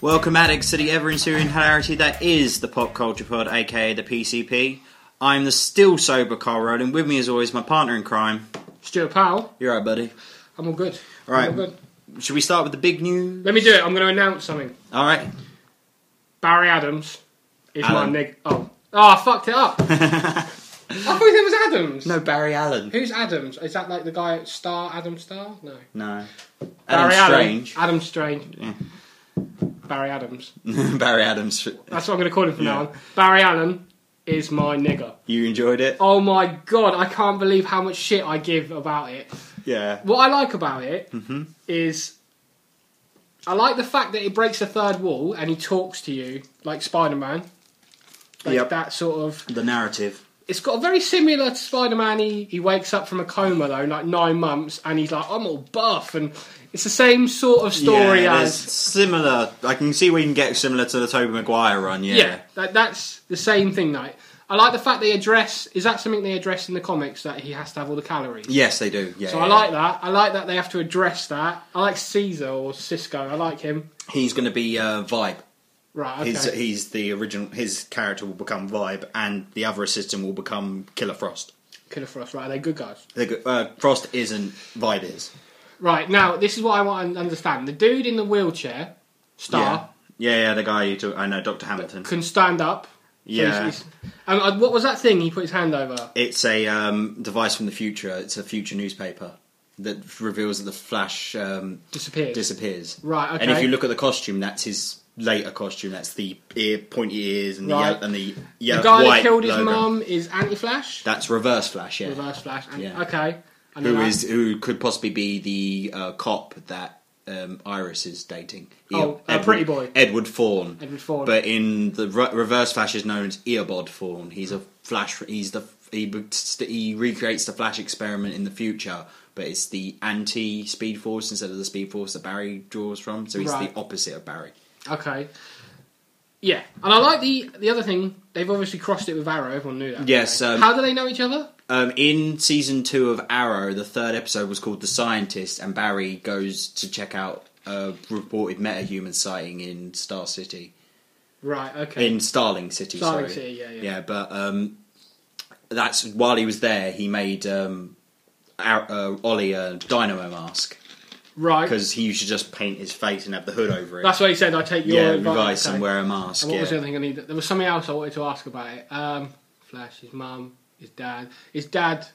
Welcome, addicts, to the ever ensuing hilarity that is the Pop Culture Pod, aka the PCP. I'm the still sober Carl Rowland. With me, as always, my partner in crime. Stuart Powell, You're right, buddy. I'm all good. All right. I'm all good. Should we start with the big news? Let me do it. I'm going to announce something. All right. Barry Adams is Alan. my nigga. Oh. oh, I fucked it up. I thought it was Adams. No, Barry Allen. Who's Adams? Is that like the guy at Star, Adam Star? No. No. Barry Adam Strange. Adam, Adam Strange. Barry Adams. Barry Adams. That's what I'm going to call him from now on. Barry Allen is my nigger. You enjoyed it? Oh my god, I can't believe how much shit I give about it. Yeah. What I like about it is Mm-hmm. I like the fact that it breaks the third wall and he talks to you like Spider Man. Like Yep. that sort of. The narrative. It's got a very similar to Spider Man. He, he wakes up from a coma though, like nine months, and he's like, I'm all buff. And it's the same sort of story yeah, there's as. similar. I can see where you can get similar to the Toby Maguire run. Yeah. Yeah, that, that's the same thing though. I like the fact they address. Is that something they address in the comics that he has to have all the calories? Yes, they do. Yeah. So I like that. I like that they have to address that. I like Caesar or Cisco. I like him. He's going to be uh, Vibe. Right. Okay. He's he's the original. His character will become Vibe, and the other assistant will become Killer Frost. Killer Frost. Right. They're good guys. They go- Uh, Frost isn't Vibe is. Right. Now this is what I want to understand. The dude in the wheelchair, Star, Yeah, yeah, the guy you took. I know, Doctor Hamilton. can stand up. So Yeah. he's- he's- and uh, what was that thing he put his hand over? It's a um, device from the future. It's a future newspaper that reveals that the Flash um, Disappeared. disappears. Right, okay. And if you look at the costume, that's his later costume. That's the ear, pointy ears, and Right. the yellow, and the the yellow, guy white that killed his logo. mum is Anti-Flash. That's Reverse Flash. Yeah. Reverse Flash. And, Yeah. Okay. I know Who that. is who could possibly be the uh, cop that um, Iris is dating? Oh, uh, Edward- Pretty Boy. Edward Fawn. Edward Thorne. But in the re- Reverse Flash is known as Earbod Fawn. He's a Flash. He's the he be- st- he recreates the Flash experiment in the future, but it's the anti Speed Force instead of the Speed Force that Barry draws from. So he's Right. the opposite of Barry. Okay. Yeah, and I like the the other thing. They've obviously crossed it with Arrow. Everyone knew that. didn't Yes, they? um, How do they know each other? Um, in season two of Arrow, the third episode was called "The Scientist," and Barry goes to check out a reported metahuman sighting in Star City. Right. Okay. in Starling City. Starling sorry. City, yeah, yeah. but um, that's while he was there, he made um, our, uh, Ollie a dynamo mask right. because he used to just paint his face and have the hood over it. That's what he said. I take your yeah, advice. revise okay. and wear a mask. And what yeah. was the other thing I needed? There was something else I wanted to ask about it. Um, Flash, his mum, his dad, his dad.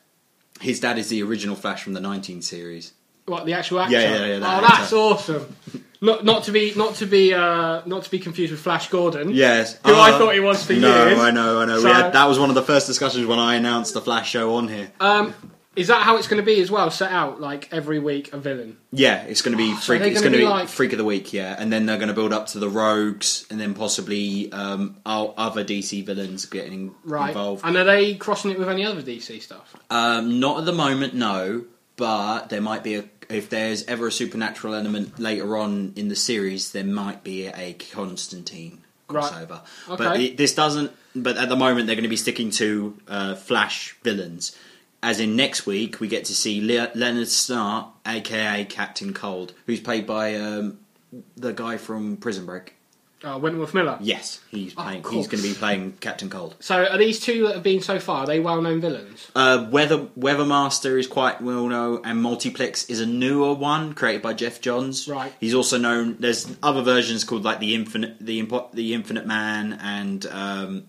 His dad is the original Flash from the 19 series. What the actual actor? Yeah, yeah, yeah, that oh, actor. that's awesome. Not not to be not to be uh, not to be confused with Flash Gordon. Yes, Who I Uh, thought he was for no, years. I know, I know. So- we had, that was one of the first discussions when I announced the Flash show on here. Um, is that how it's going to be as well? Set out like every week a villain. Yeah, it's going to be so freak. they're it's going gonna to be be like- freak of the week. Yeah, and then they're going to build up to the rogues, and then possibly um, our other DC villains getting Right. involved. And are they crossing it with any other DC stuff? Um, not at the moment, no. But there might be a if there's ever a supernatural element later on in the series, there might be a Constantine Right. crossover. But Okay. it, this doesn't. But at the moment, they're going to be sticking to uh, Flash villains. As in next week, we get to see Le- Leonard Snart, aka Captain Cold, who's played by um, the guy from Prison Break. Uh, Wentworth Miller. Yes, he's Oh, playing. cool. He's going to be playing Captain Cold. So are these two that have been so far? Are they well-known villains? Uh, Weather Weathermaster is quite well known, and Multiplex is a newer one created by Jeff Johns. Right. He's also known. There's other versions called like the Infinite, the Impo- the Infinite Man, and um,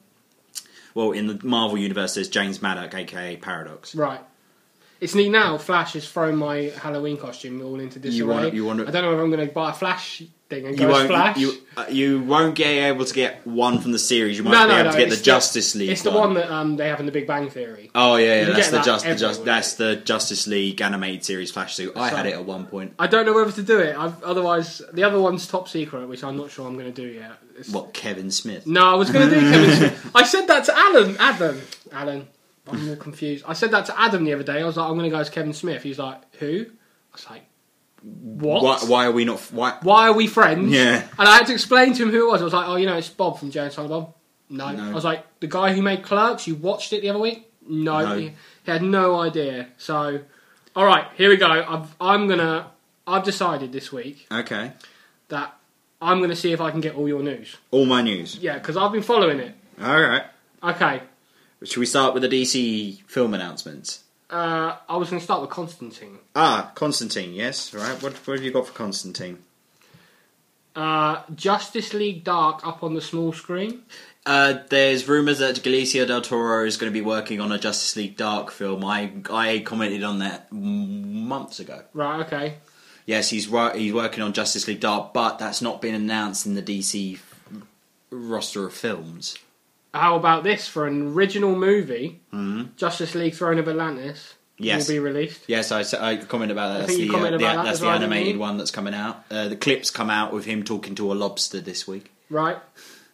well, in the Marvel universe, there's James Maddock, aka Paradox. Right. It's neat now. Flash has thrown my Halloween costume all into disarray. You wanna- you wanna- I don't know if I'm going to buy a Flash thing and You go as won't. Flash. You uh, you won't get able to get one from the series. You won't no, be no, able no. to get the it's Justice League. It's the one that um, they have in the Big Bang Theory. Oh yeah, yeah can that's the get that just, the just everywhere. that's the Justice League animated series Flash suit. I So- had it at one point. I don't know whether to do it. I've, otherwise, the other one's top secret, which I'm not sure I'm going to do yet. It's- What Kevin Smith? No, I was going to do Kevin Smith. I said that to Alan. Adam. Alan. I'm all confused. I said that to Adam the other day. I was like, I'm going to go as Kevin Smith. He's like, who? I was like, what? Why, why are we not? Why, Why are we friends? Yeah. And I had to explain to him who it was. I was like, oh, you know, it's Bob from James Hold On. No. No. I was like, the guy who made Clerks, you watched it the other week? No. No. He, he had no idea. So, all right, here we go. I've, I'm going to... I've decided this week Okay. that I'm going to see if I can get all your news. All my news. Yeah, because I've been following it. All right. Okay, Should we start with the DC film announcements? uh, I was going to start with Constantine. Ah, Constantine. Yes. All right. What, what have you got for Constantine? Uh, Justice League Dark up on the small screen. Uh, there's rumours that Galicia del Toro is going to be working on a Justice League Dark film. I I commented on that m- months ago. Right, okay. Yes, he's wor- he's working on Justice League Dark, but that's not been announced in the DC roster of films. How about this for an original movie? Justice League Throne of Atlantis Mm-hmm. Yes. will be released. Yes, I, s- I commented about that. That's think you the, uh, commented the- about that that's as the well, didn't animated you? one that's coming out. Uh, the clips come out with him talking to a lobster this week. Right.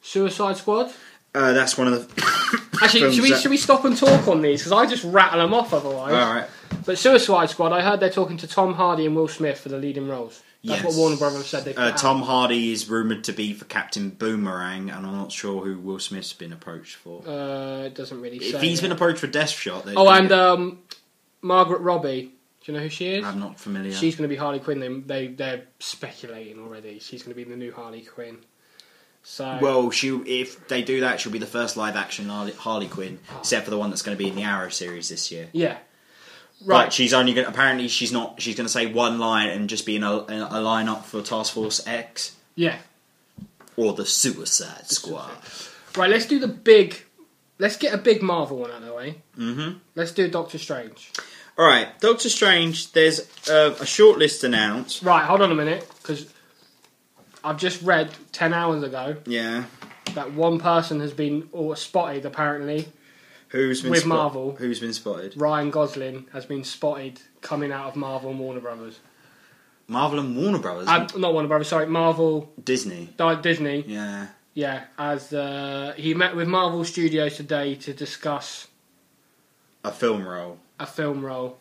Suicide Squad. Uh, that's one of the. Actually, Films should we, that- should we stop and talk on these? Because I just rattle them off otherwise. All right. But Suicide Squad, I heard they're talking to Tom Hardy and Will Smith for the leading roles. That's Yes. what Warner Brothers said they Uh, put Tom Hardy is rumored to be for Captain Boomerang, and I'm not sure who Will Smith's been approached for. out. Uh, it doesn't really if say. he's been approached for Death Shot, oh, and um, Margaret Robbie. Do you know who she is? I'm not familiar. She's going to be Harley Quinn. They, they they're speculating already. She's going to be the new Harley Quinn. So Well, she if they do that, she'll be the first live action Harley, Harley Quinn, except for the one that's going to be in the Arrow series this year. yeah, Right. right. But she's only going. to... Apparently, she's not. She's going to say one line and just be in a, in a line up for Task Force X Yeah, or the Suicide Squad. right. Let's do the big. Let's get a big Marvel one out of the way. Mm-hmm. Let's do Doctor Strange. All right, Doctor Strange. There's uh, a short list announced. Right, hold on a minute, because I've just read ten hours ago Yeah. that one person has been or spotted. Apparently, Who's been With spot- Marvel. Who's been spotted? Ryan Gosling has been spotted coming out of Marvel and Warner Brothers. Marvel and Warner Brothers. Um, not Warner Brothers, sorry, Marvel Disney. Di- Disney. Yeah. Yeah, as uh, he met with Marvel Studios today to discuss A film role. a film role.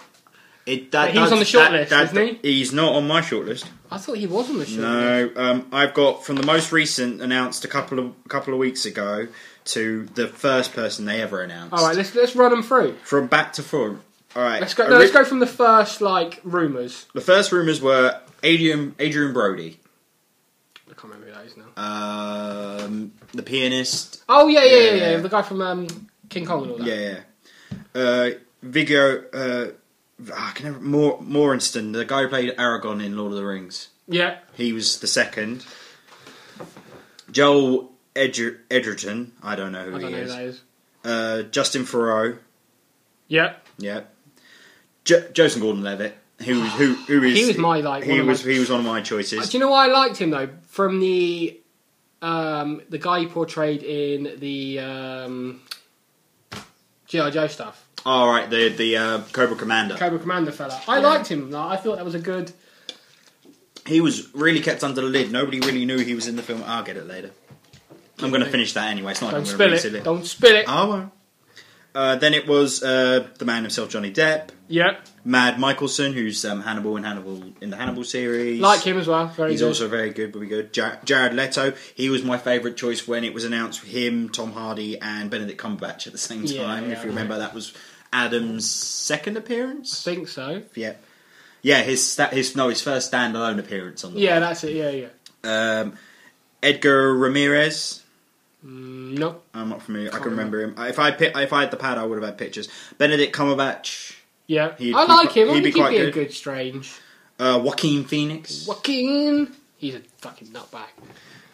It, But he's on the short list, isn't he? He's not on my short list. I thought he was on the show. No, um, I've got from the most recent announced a couple of couple of weeks ago to the first person they ever announced. All right, let's let's run them through. from back to front. All right, Let's go. A No, let's ri- go from the first like rumors. The first rumors were Adrian Adrian Brody, I can't remember who that is now. um, the pianist. Oh yeah, yeah, yeah, Yeah. yeah. The guy from um, King Kong and all that. Yeah, yeah. Uh, Viggo. Uh, I can never, Mor- Morrinston, the guy who played Aragon in Lord of the Rings. Yeah. He was the second. Joel Edger- Edgerton. I don't know who I he don't know who is. that is. Uh, Justin Thoreau. Yeah. Yeah. Jo- Joseph Gordon-Levitt, who was who who is He was my, like, one he of my- was he was one of my Do choices. you know why I liked him though? From the um, the guy he portrayed in the um, GI Joe stuff. All right, the the uh, Cobra Commander. Cobra Commander fella. I Yeah. liked him. Like, I thought that was a good. He was really kept under the lid. Nobody really knew he was in the film. I'll get it later. I'm going to finish that anyway. It's not Don't like I'm going spill to it. read it. Don't spill it. Oh, well. Uh, then it was uh, the man himself, Johnny Depp, yeah, Mad Michelson, who's um, Hannibal in Hannibal in the Hannibal series. like him as well. Very He's good. also very good, but we good. Jar- Jared Leto, he was my favourite choice when it was announced him, Tom Hardy, and Benedict Cumberbatch at the same Yeah, time. yeah, if you remember, that was Adam's second appearance. think so. Yeah, yeah, his sta- his no, his first standalone appearance on. The Yeah, that's it. Yeah, yeah. Um, Edgar Ramirez. Mm, nope. I'm not familiar. I Can't can remember him. If I pi- if I had the pad, I would have had pictures. Benedict Cumberbatch, Yeah, He'd- I he'd like pro- him. I he'd think be he'd be quite a good. good strange. uh, Joaquin Phoenix, Joaquin. He's a fucking nutbag.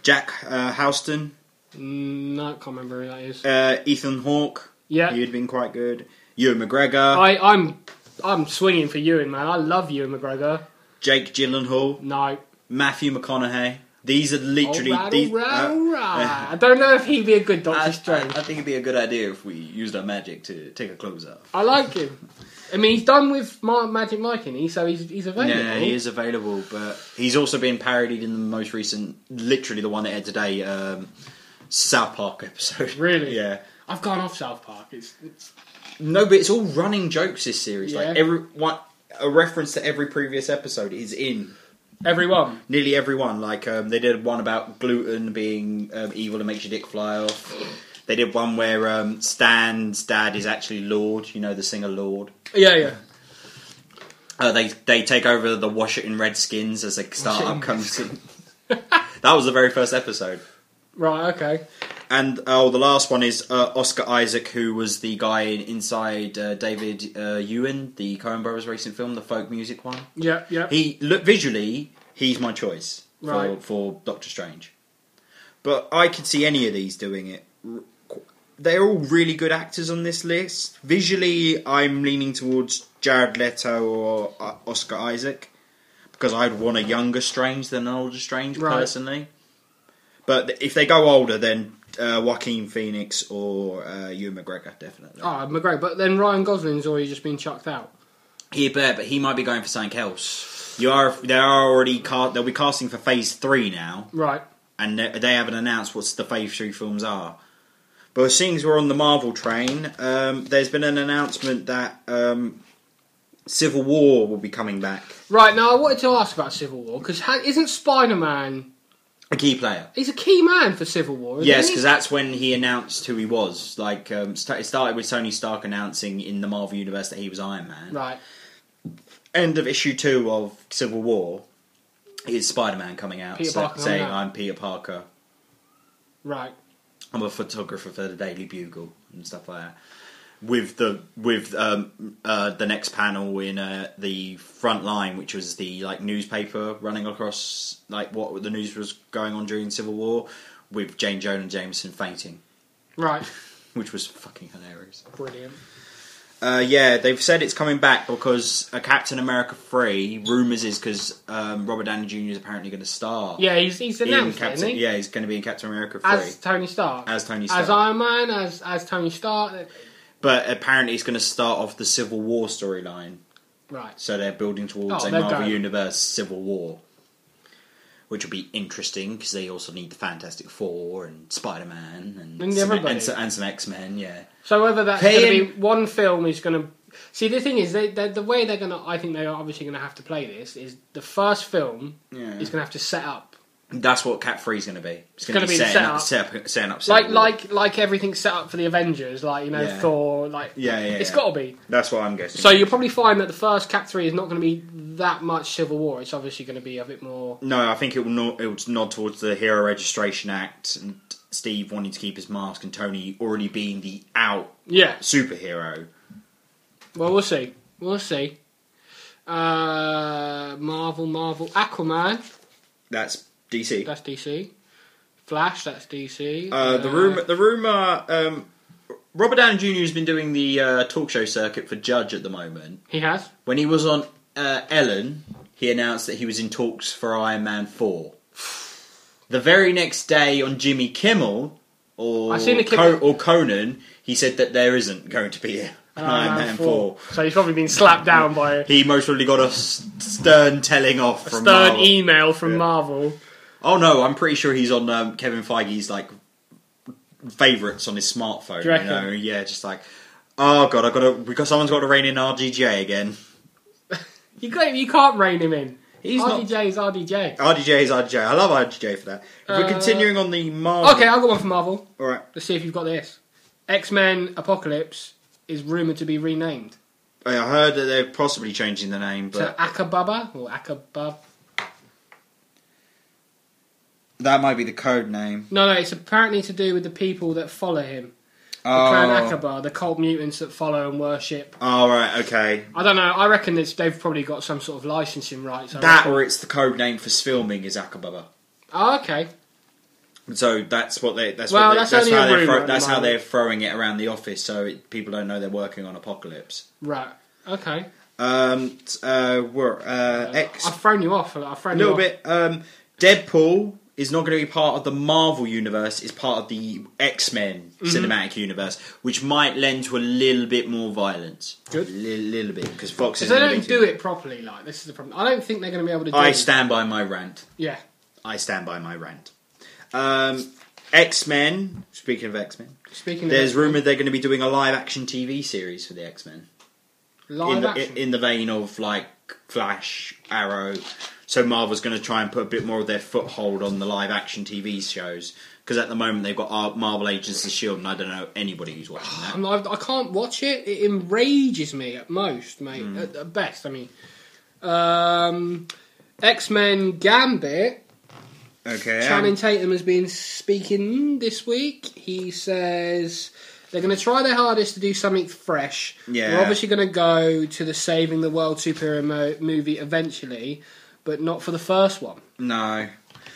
Jack uh, Houston, Mm, no, can't remember who that is. uh, Ethan Hawke. Yeah. he'd been quite good. Ewan McGregor, I, I'm I'm swinging for Ewan, man. I love Ewan McGregor. Jake Gyllenhaal. No, Matthew McConaughey. These are literally. all right, these, all right, uh, all right. I don't know if he'd be a good I, Doctor Strange. I think it'd be a good idea if we used our magic to take our clothes off. I like him. I mean, he's done with Ma- Magic Mike, and he so he's he's available. Yeah, he is available, but he's also been parodied in the most recent, literally the one that aired today, um, South Park episode. Really? Yeah. I've gone off South Park. It's, it's No, but it's all running jokes. This series, like Yeah. every one, a reference to every previous episode is in everyone. nearly everyone. Like um, they did one about gluten being um, evil and makes your dick fly off. They did one where um, Stan's dad is actually Lord, you know, the singer Lord. Yeah, yeah. Uh, they they take over the Washington Redskins as a startup Washington comes. in. That was the very first episode. Right, okay. And oh, the last one is uh, Oscar Isaac, who was the guy in, inside uh, David uh, Ewan, the Coen Brothers recent film, the folk music one. Yep, yep. He look visually, he's my choice for, Right. for Doctor Strange. But I could see any of these doing it. They're all really good actors on this list. Visually, I'm leaning towards Jared Leto or uh, Oscar Isaac because I'd want a younger Strange than an older Strange Right. personally. But th- if they go older, then uh, Joaquin Phoenix or uh, Ewan McGregor definitely. Ah, McGregor. But then Ryan Gosling's already just been chucked out. Yeah, but, but he might be going for something else. You are they are already ca- they'll be casting for Phase Three now, Right. and they, they haven't announced what the Phase Three films are. But seeing as we're on the Marvel train, um, there's been an announcement that um, Civil War will be coming back. Right, now I wanted to ask about Civil War, because ha- isn't Spider Man. A key player. He's a key man for Civil War, isn't Yes, he? because that's when he announced who he was. Like um, st- it started with Tony Stark announcing in the Marvel universe that he was Iron Man. Right. end of issue two of Civil War is Spider Man coming out Peter sa- Parker coming saying, out. I'm Peter Parker. Right. I'm a photographer for the Daily Bugle and stuff like that. With the with um, uh, the next panel in uh, the front line, which was the like newspaper running across like what the news was going on during Civil War, with Jane Joan and Jameson fainting, Right. which was fucking hilarious. Brilliant. Uh, yeah, they've said it's coming back because uh, Captain America three rumors is because um, Robert Downey Jr. is apparently going to star. Yeah, he's, he's in announced, it, Captain, isn't he? yeah, he's going to be in Captain America three As Tony Stark. as Tony Stark. As Iron Man, as as Tony Stark. but apparently, it's going to start off the Civil War storyline. Right. So they're building towards Oh, a they're Marvel going. Universe Civil War, which will be interesting because they also need the Fantastic Four and Spider Man and And some, everybody. and, so- and some X Men. Yeah, So whether that's Pay going to him- be one film is going to see the thing is they, they, the way they're going to I think they are obviously going to have to play this is the first film Yeah. is going to have to set up that's what Cap three is going to be. It's going gonna to be be setting set up, up. set up, setting up Civil like War. like like everything set up for the Avengers like you know Yeah. Thor like Yeah, yeah, it's yeah. got to be That's what I'm guessing. so you'll probably find that the first Cap three is not going to be that much Civil War it's obviously going to be a bit more No, I think it will nod, it will nod towards the Hero Registration Act and Steve wanting to keep his mask and Tony already being the out yeah superhero. well we'll see we'll see uh Marvel Marvel Aquaman That's DC. that's DC Flash that's DC uh, the rumor, the rumor. Um, Robert Downey Jr. has been doing the uh, talk show circuit for Judge at the moment. he has When he was on uh, Ellen, he announced that he was in talks for Iron Man Four. The very next day on Jimmy Kimmel or I've seen the Co- Kimmel- or Conan, he said that there isn't going to be an Iron, Man Four. Uh, So he's probably been slapped down by a He most probably got a s- stern telling off from stern Marvel. email from Yeah. Marvel. oh no, I'm pretty sure he's on um, Kevin Feige's like favorites on his smartphone. Do You, you reckon? know, yeah, just like oh god, I got to because someone's got to rein in RDJ again. You can't, you can't rein him in. He's RDJ is RDJ. not RDJ is RDJ. I love RDJ for that. If Uh, we're continuing on the Marvel, Okay, I've got one for Marvel. all right, Let's see if you've got this. X Men Apocalypse is rumored to be renamed I heard that they're possibly changing the name, to but Akababa or Akabab. that might be the code name. No, no, it's apparently to do with the people that follow him. The clan Oh, Akaba, the cult mutants that follow and worship. all right, okay. I don't know. I reckon it's, they've probably got some sort of licensing rights. I That reckon. or it's the code name for filming is Akababa. Oh, okay. So that's what they. That's Well, what they, that's that's, only a how, they're rumour at throw, the that's how moment. they're throwing it around the office, so it, people don't know they're working on Apocalypse. Right. Okay. Um, t- uh, we're uh, X I've thrown you off. I've a thrown you little bit. off. Um, Deadpool is not going to be part of the Marvel universe; it's part of the X Men Mm-hmm. cinematic universe, which might lend to a little bit more violence. Good. a li- little bit because Fox is. Because they don't do it properly. Like this is the problem. I don't think they're going to be able to do. I it. stand by my rant. Yeah. I stand by my rant. Um, X Men. Speaking of X Men. Speaking. There's of rumour they're going to be doing a live action TV series for the X Men live in the action. in the vein of like Flash, Arrow. So Marvel's going to try and put a bit more of their foothold on the live action TV shows because at the moment they've got uh, Marvel Agents of Shield, and I don't know anybody who's watching that. I'm, I've, I can't watch it. It enrages me at most, mate. Hmm. At, at best, I mean. Um, X Men Gambit Okay. Channing Tatum has been speaking this week. He says they're going to try their hardest to do something fresh. Yeah. We're obviously going to go to the Saving the World superhero mo- movie eventually, but not for the first one. No.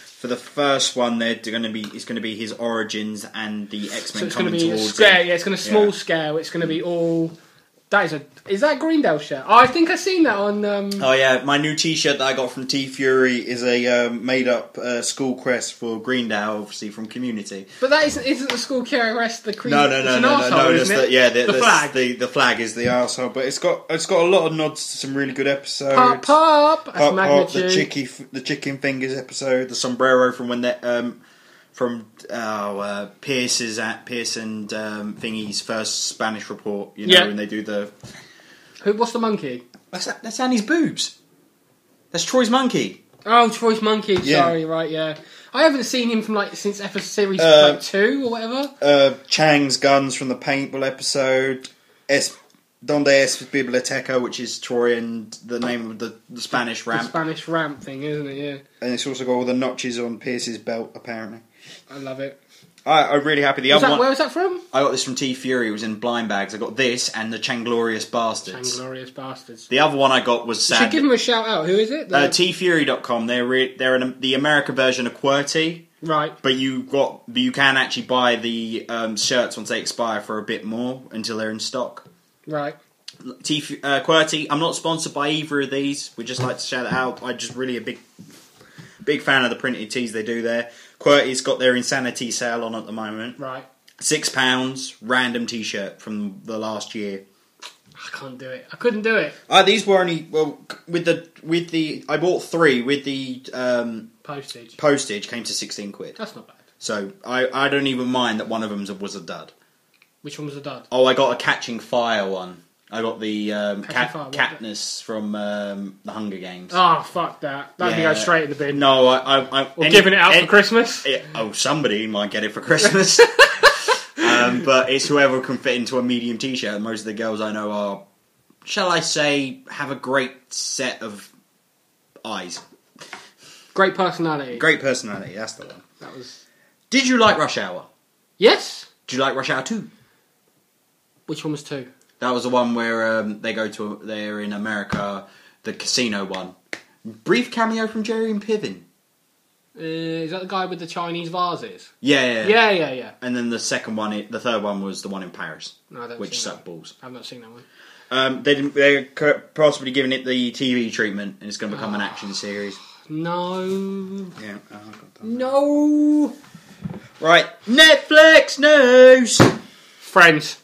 For the first one, they're going to be it's going to be his origins and the X So Men it's going coming to be a towards scale. him. Yeah, it's going to small Yeah. scale. It's going to be all. That is a. Is that Greendale shirt? Oh, I think I seen that on. Um, Oh yeah, my new T-shirt that I got from T Fury is a um, made-up uh, school crest for Greendale, obviously from Community. But that isn't isn't the school KRS the cream. No, no, it's no, an no, arsehole, no, no. isn't that's it? The, yeah, the, the that's flag. The, the flag is the arsehole, but it's got it's got a lot of nods to some really good episodes. pop, pop. That's Pop, pop, magnitude. the chicky, f- the chicken fingers episode, the sombrero from when that um, from oh, uh, Pierce's at Pierce and um, thingy's first Spanish report. You know, Yeah. when they do the Who? What's the monkey? that's that's Annie's boobs. That's Troy's monkey. Oh, Troy's monkey. Yeah. Sorry, right, yeah. I haven't seen him from like since episode series Uh, like, two or whatever. Uh, Chang's guns from the paintball episode. Es Donde es Biblioteca, which is Troy and the name of the, the Spanish The ramp. Spanish ramp thing, isn't it? Yeah, and it's also got all the notches on Pierce's belt. Apparently, I love it. I, I'm really happy. The Was other that, one where was that from? I got this from T Fury. It was in blind bags. I got this and the Changlorious Bastards. Inglorious bastards. the other one I got was You should sad. give him a shout out. Who is it? The- uh, tfury.com they're re- they're an, the America version of QWERTY right. but you got you can actually buy the um, shirts once they expire for a bit more until they're in stock Right. T uh, QWERTY I'm not sponsored by either of these we just like to shout it out I just really a big big fan of the printed tees they do there QWERTY's got their insanity sale on at the moment Right. six pounds random t-shirt from the last year I can't do it. I couldn't do it. Uh, these were only well c- with the with the I bought three with the um, Postage. postage came to sixteen quid. That's not bad. So I, I don't even mind that one of them was a dud. Which one was the dud? Oh, I got a catching fire one. I got the um, Catching Cat, Fire, what? Katniss from um, the Hunger Games. Oh, fuck that. That can Yeah. go straight in the bin. No, I I, I We're any- giving it out any- for Christmas. Yeah, oh, somebody might get it for Christmas. um, but it's whoever can fit into a medium t-shirt. Most of the girls I know are, shall I say, have a great set of eyes. Great personality. Great personality, that's the one. That was. Did you like Rush Hour? Yes. Did you like Rush Hour 2? Which one was two? That was the one where um, they go to, they're in America, the casino one. Brief cameo from Jerry and Piven. Uh, is that the guy with the Chinese vases? Yeah, yeah, yeah. Yeah, yeah, yeah. And then the second one, i- the third one was the one in Paris, No, I don't which think sucked balls. I've not seen that one. Um, they didn't, they're cur- possibly giving it the TV treatment, and it's going to become an action series. No. Yeah. Oh, No. Right, Netflix news Friends.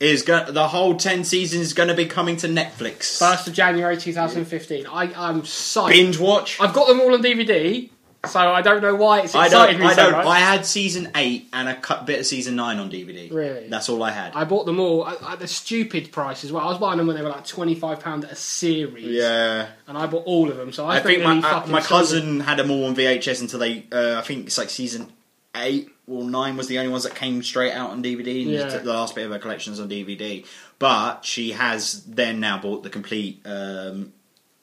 is go- the whole ten seasons going to be coming to Netflix. First of January 2015. I, I'm psyched. Binge watch. I've got them all on DVD, so I don't know why it's I don't. excited me I so don't. I much. had season eight and a cut bit of season nine on DVD. Really? That's all I had. I bought them all at, at the stupid price as well. I was buying them when they were like twenty five pound a series, yeah. and I bought all of them. So I, I think my really uh, fucking my sold cousin had them all on VHS until they. Uh, I think it's like season eight or nine was the only ones that came straight out on DVD. And Yeah. just took the last bit of her collections on DVD, but she has then now bought the complete. Um,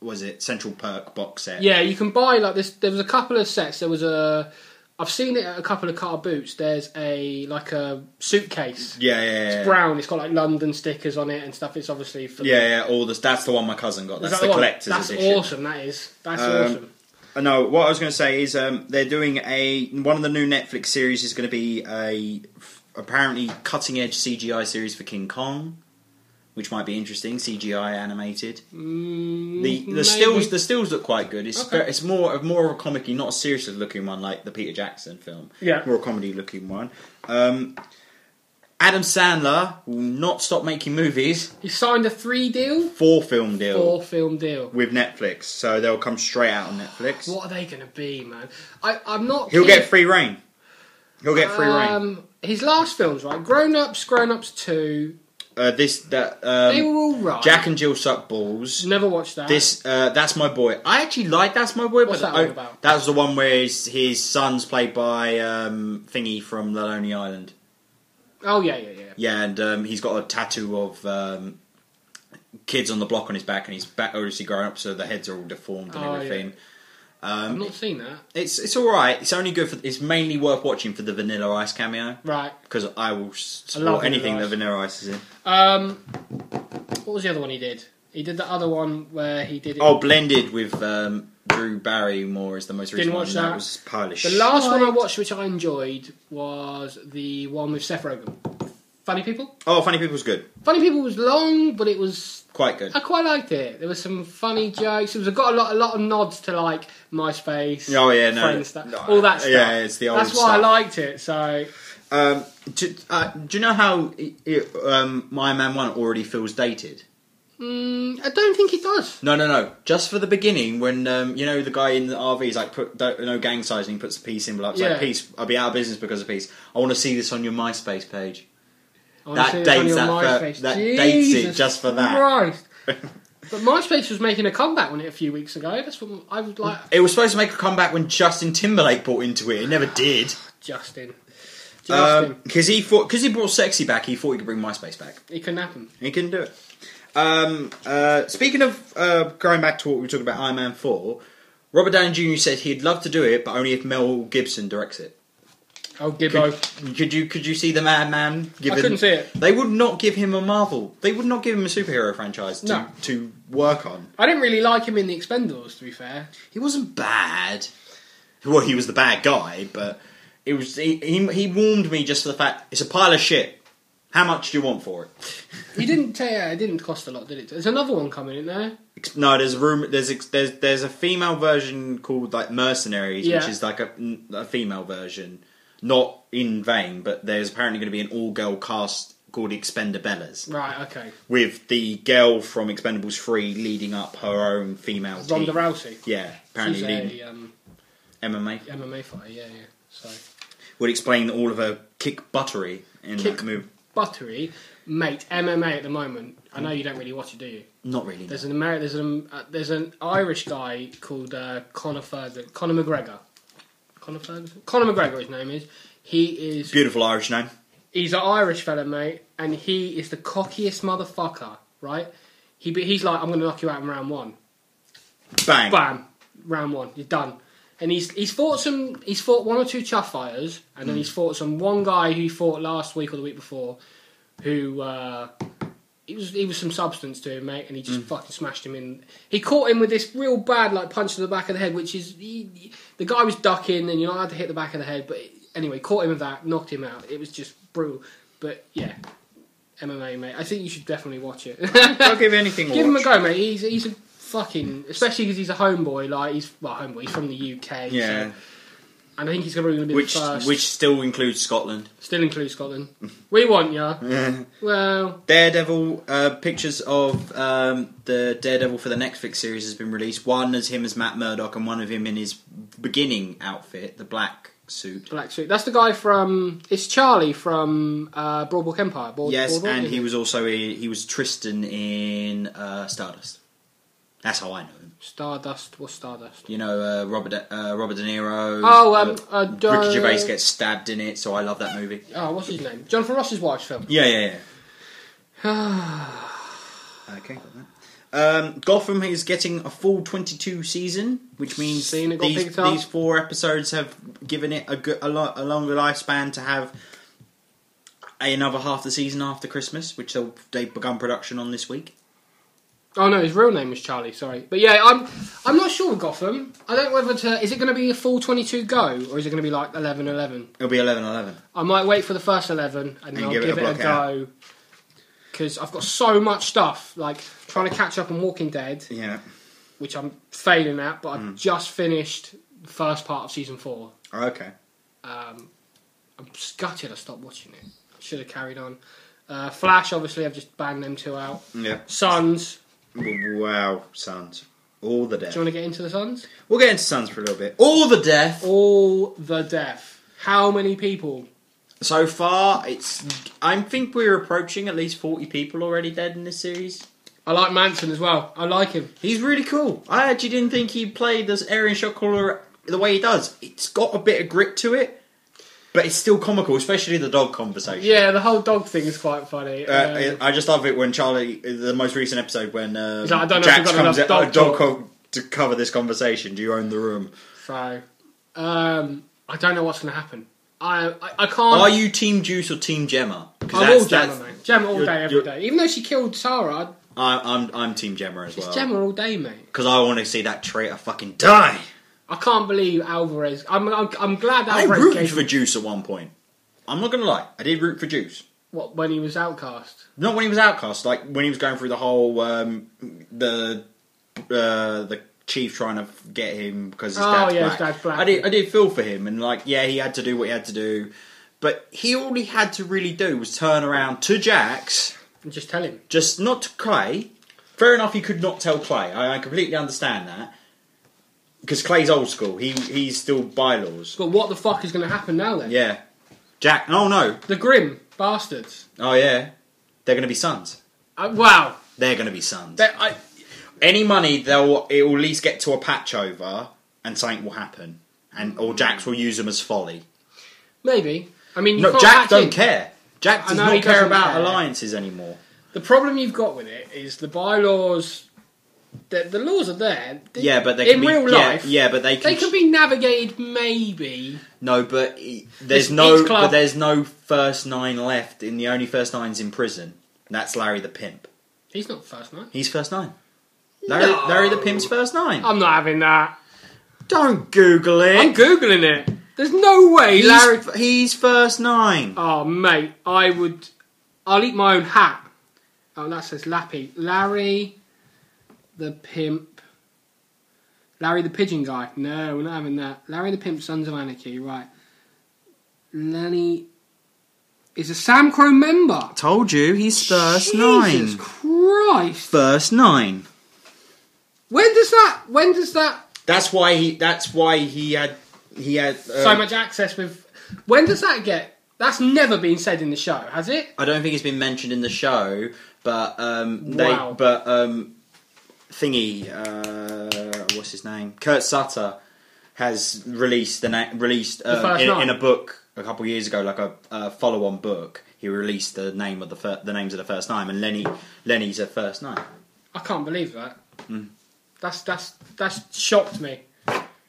was it Central Perk box set? Yeah, you can buy like this. There was a couple of sets. There was a. I've seen it at a couple of car boots. There's a like a suitcase. Yeah, yeah, yeah. yeah. Brown. It's got like London stickers on it and stuff. It's obviously for. the- Yeah, yeah, all this. That's the one my cousin got. Is That's that the one? collector's That's edition. awesome. That is. That's Um, awesome. Uh, No, what I was going to say is um, they're doing a one of the new Netflix series is going to be a f- apparently cutting edge CGI series for King Kong, which might be interesting. CGI animated. Mm, The the maybe. stills the stills look quite good. It's Okay. ve- it's more of more of a comedy, not a serious looking one like the Peter Jackson film. Yeah. more comedy looking one. Um, Adam Sandler will not stop making movies. He signed a three deal, Four film deal four film deal. with Netflix, so they'll come straight out on Netflix. What are they going to be, man? I, I'm not. He'll keen- get free reign. He'll get free reign. Um, his last films, right? Grown Ups, Grown Ups Two. Uh, this that they were um, all right. Jack and Jill suck balls. never watched that. This uh, that's my boy. I actually like that's my boy, What's but that one oh, about? that was the one where his, his son's played by um, Thingy from The Lonely Island. Oh yeah, yeah, yeah. Yeah, and um, he's got a tattoo of um, kids on the block on his back, and he's back obviously grown up, so the heads are all deformed and Oh, yeah. everything. I've not seen that. It's it's all right. It's only good for. It's mainly worth watching for the Vanilla Ice cameo Right. because I will s- I love support anything Vanilla that Ice. Vanilla Ice is in. Um, what was the other one he did? He did the other one where he did it. Oh, blended with um, Drew Barrymore is the most recent Didn't one. watch and that. was a pile of the shit. last one I watched, which I enjoyed, was the one with Seth Rogen. Funny People. Oh, Funny People's good. Funny People was long, but it was Quite good. I quite liked it. There was some funny jokes. It was got a lot, a lot of nods to like MySpace. Oh, yeah, no, Friends stuff, no, all that stuff. yeah, it's the old That's why I stuff. liked it. So Um, do, uh, do you know how i it, um, My Man One already feels dated? mm, I don't think it does. No, no, no. Just for the beginning, when um, you know the guy in the RV is like, put don't, no gang signs and he puts the peace symbol up. It's Yeah. like, peace. I'll be out of business because of peace. I want to see this on your MySpace page. I wanna That see it dates on your that fir- MySpace. that dates it Jesus just for that. Christ. but MySpace was making a comeback on it a few weeks ago. That's what I would like. It was supposed to make a comeback when Justin Timberlake bought into it. It never did. Justin. Justin. Because Um, he thought, because he brought sexy back, he thought he could bring MySpace back. it couldn't happen. He couldn't do it. Um, uh, speaking of uh, going back to what we were talking about, Iron Man Four, Robert Downey Jr. said he'd love to do it, but only if Mel Gibson directs it. Oh, Could, Gibbo. could you could you see the Madman? Given, couldn't see it. They would not give him a Marvel. They would not give him a superhero franchise to, No. to work on. I didn't really like him in The Expendables, to be fair. He wasn't bad. Well, he was the bad guy, but it was he, he, he warned me just for the fact it's a pile of shit. How much do you want for it? He didn't tell it didn't cost a lot, did it? There's another one coming in there. Ex- No, there's a room. There's ex- there's there's a female version called like Mercenaries, Yeah. which is like a, n- a female version, not in vain. But there's apparently going to be an all girl cast called Expendabellas, Right, okay. with the girl from Expendables Three leading up her own female Ronda team. Rousey. Yeah, apparently She's leading a um, MMA MMA fighter, yeah, yeah. So would explain all of her kick buttery in Kick- that move. buttery, mate. MMA at the moment. I know you don't really watch it, do you? Not really. no. There's an Ameri- There's an uh, there's an Irish guy called uh, Conor Ferguson, Conor McGregor. Conor Ferguson. Conor McGregor. His name is. He is. Beautiful Irish name. He's an Irish fella, mate, and he is the cockiest motherfucker, right? He be- he's like, I'm gonna knock you out in round one. Bang. Bam, round one, you're done. And he's he's fought some. He's fought one or two chuff fighters, and then he's fought some one guy who he fought last week or the week before, who. Uh, he was he was some substance to him, mate, and he just fucking smashed him in. He caught him with this real bad like punch to the back of the head, which is he, he- the guy was ducking, and you're not allowed to hit the back of the head. But anyway, caught him with that, knocked him out. It was just brutal. But yeah, MMA, mate. I think you should definitely watch it. I'll give anything a Give him a watch. go, mate. He's he's a fucking especially because he's a homeboy. Like he's well, homeboy. He's from the UK. so- Yeah, and I think he's probably going to be which the first. which still includes Scotland. still includes Scotland. we want ya. Well, Daredevil uh, pictures of um, the Daredevil for the Netflix series has been released. One as him as Matt Murdock, and one of him in his beginning outfit, the black suit. Black Suit. That's the guy from. It's Charlie from uh, Broadwalk Empire. Broad- Yes, Broadwalk, and isn't he it? was also in, he was Tristan in uh, Stardust. That's how I know him. Stardust. What's Stardust? You know uh, Robert De- uh, Robert De Niro. Oh, um, uh, uh, Dar- Ricky Gervais gets stabbed in it, so I love that movie. Oh, what's his name? Jonathan Ross's wife's film. Oh, Yeah, yeah, yeah. okay, got that. Um, Gotham is getting a full 22 season, which means Seen it got these, picked up. these four episodes have given it a, good, a, lot, a longer lifespan to have another half the season after Christmas, which they'll, they've begun production on this week. Oh no, his real name is Charlie. Sorry, but yeah, I'm I'm not sure with Gotham. I don't know whether to. Is it going to be a full 22 go or is it going to be like 11 11? It'll be 11 11. I might wait for the first 11 and, then I'll give, it, a, block go. Because I've got so much stuff, like trying to catch up on Walking Dead, Yeah. which I'm failing at, but I've just finished the first part of season four. Oh, okay. Um, I'm gutted I stopped watching it. I should have carried on. Uh, Flash, obviously, I've just banned them two out. Yeah. Suns. Wow, Sons. All the death. Do you want to get into the Suns? We'll get into Sons for a little bit. All the death. All the death. How many people? So far, it's. I think we're approaching at least 40 people already dead in this series. I like Manson as well. I like him. He's really cool. I actually didn't think he played this Aryan shot caller the way he does. It's got a bit of grit to it, but it's still comical, especially the dog conversation. Yeah, the whole dog thing is quite funny. Um, Uh, I I just love it when Charlie, the most recent episode, when uh, He's like, "I don't know if Jax I've got comes enough out, dog dog, co- to cover this conversation. Do you own the room? So, um, I don't know what's going to happen. I, I, I can't. Are you Team Juice or Team Gemma? 'Cause I'm all Gemma, mate. Gemma all you're- day, every you're- day. Even though she killed Sarah, I'd- I, I'm I'm Team Gemma as it's well. Gemma all day, mate. Because I want to see that traitor fucking die. I can't believe Alvarez. I'm, I'm, I'm glad I Alvarez. rooted gave- for Juice at one point. I'm not gonna lie, I did root for Juice. what when he was outcast. Not when he was outcast, like when he was going through the whole um, the uh, the chief trying to get him because his Oh, dad's yeah, black. his dad's black. I did I did feel for him and like yeah, he had to do what he had to do, but he all he had to really do was turn around to Jax, And just tell him. just not to Clay. Fair enough, he could not tell Clay. I, I completely understand that because Clay's old school. He he's still bylaws. But what the fuck is going to happen now then? Yeah, Jack. Oh no. The Grim bastards. Oh yeah, they're gonna be sons. Uh, wow. They're gonna be sons. They- I, any money they'll it will at least get to a patch over and something will happen and or Jax will use them as folly. maybe. I mean, you No, can't Jack act don't in. care. Jack I does know not he care doesn't about care. alliances anymore. The problem you've got with it is the bylaws. The, the laws are there. They- Yeah, but they can in be, real yeah, life, Yeah, but they can. they can be navigated. Maybe no, but e- there's It's no. each club- But there's no first nine left. In the only first nine's in prison. And that's Larry the pimp. he's not first man. He's first nine. Larry, No. Larry the pimp's first nine. I'm not having that. don't Google it. I'm googling it. There's no way, he's, Larry. he's first nine. Oh, mate, I would. I'll eat my own hat. Oh, that says Lappy. Larry the Pimp. Larry the Pigeon Guy. No, we're not having that. Larry the Pimp, Sons of Anarchy, right. Lenny is a Sam Crow member. Told you, he's first Jesus nine. Christ. First nine. When does that. When does that. That's why he. That's why he had. He had. Uh, so much access with. When does that get. That's never been said in the show, has it? I don't think it's been mentioned in the show, but um, they. Wow. But um, thingy. Uh, what's his name? Kurt Sutter has released an a- released uh, first in, nine. in a book a couple of years ago, like a, uh follow-on book. He released the name of the fir- the names of the first nine, and Lenny Lenny's a first nine. I can't believe that. Hmm. That's that's that's shocked me.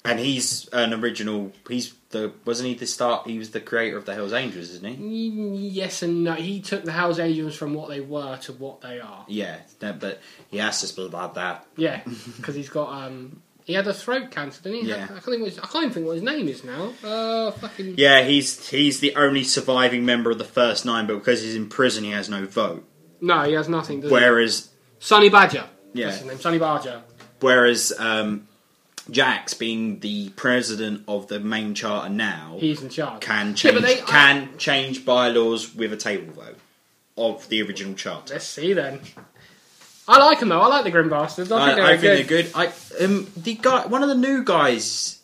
And he's an original. He's the wasn't he the start? He was the creator of the Hell's Angels, isn't he? Mm, Yes and no. He took the Hell's Angels from what they were to what they are. Yeah, that- but he has to spill about that. Yeah, because he's got um. He had a throat cancer, didn't he? Yeah. I, can't think what his, I can't even think what his name is now. Uh, fucking. Yeah, he's he's the only surviving member of the first nine, but because he's in prison, he has no vote. No, he has nothing. Does he? Whereas, Sonny Badger. Yeah. That's his name. Sonny Badger. whereas um, Jax, being the president of the main charter now, He's in charge. can Yeah, change but they- can change bylaws with a table vote of the original charter. Let's see then. I like him though. I like the Grim Bastards. I I, think, they're, I good. think they're good. I um, the guy, one of the new guys,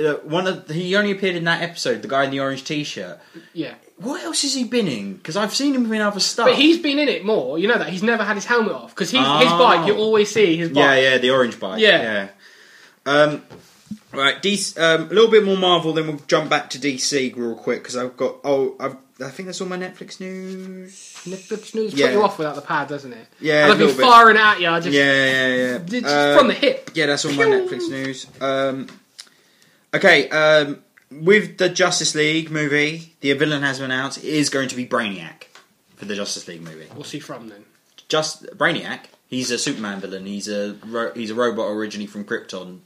uh, one of he only appeared in that episode. The guy in the orange t-shirt. Yeah, What else has he been in? Because I've seen him in other stuff. but he's been in it more. You know that he's never had his helmet off because his Oh. bike. You always see his bike. Yeah, yeah, the orange bike. Yeah. yeah. Um, right, DC, um, a little bit more Marvel, then we'll jump back to DC real quick because I've got. Oh, I've, I think that's all my Netflix news. Netflix news Yeah. put you off without the pad, doesn't it? Yeah, and a I've been little bit. firing at you. I just, Yeah, yeah, yeah. just Um, from the hip. yeah, that's all my Pew. Netflix news. Um, okay, um, with the Justice League movie, the villain has been announced. It is going to be Brainiac for the Justice League movie. What's he from then? Just Brainiac. He's a Superman villain. He's a ro- he's a robot originally from Krypton,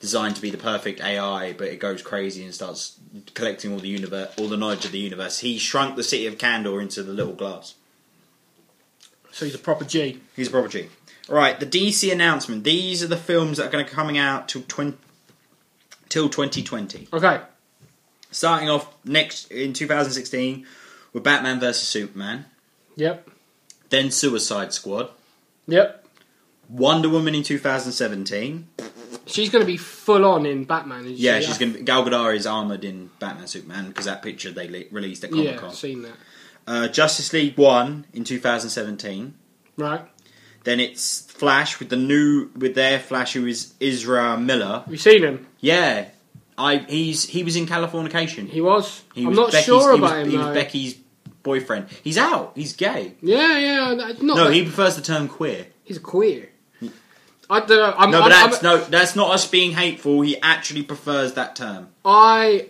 designed to be the perfect AI, but it goes crazy and starts collecting all the universe, all the knowledge of the universe. He shrunk the city of Kandor into the little glass. So he's a proper G. He's a proper G. All right, the DC announcement. These are the films that are going to be coming out till twenty till twenty twenty. Okay. Starting off next in two thousand sixteen with Batman versus Superman, Yep. then Suicide Squad, Yep. Wonder Woman in two thousand seventeen. She's going to be full on in Batman. Isn't Yeah, she? she's going to be. Gal Gadot is armoured in Batman Superman because that picture they le- released at Comic Yeah, Con. I've seen that. uh, Justice League 1 in 2017. Right. Then it's Flash with the new. with their Flash who is Israel Miller. Have you seen him? Yeah. I he's he was in Californication. He was. He I'm was not Becky's- sure he was- about him He though. was Becky's boyfriend. He's out. He's gay. yeah, yeah. that- Not No, that- he prefers the term queer. he's a queer. I don't know. I'm, No, I'm, but that's I'm- no, that's not us being hateful. He actually prefers that term. I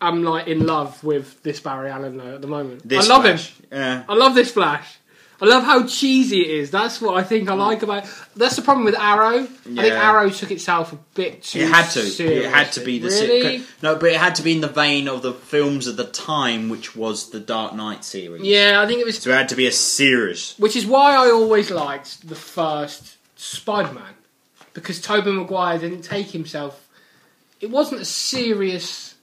am like in love with this Barry Allen though at the moment. This I love him. Flash. Yeah. I love this Flash. I love how cheesy it is. That's what I think I like about. That's the problem with Arrow. I think Yeah. Arrow took itself a bit too. It had to. It had to seriously. be the really. sitcom. No, but it had to be in the vein of the films of the time, which was the Dark Knight series. Yeah, I think it was So it had to be a serious. Which is why I always liked the first Spider Man. Because Tobey Maguire didn't take himself. It wasn't a serious.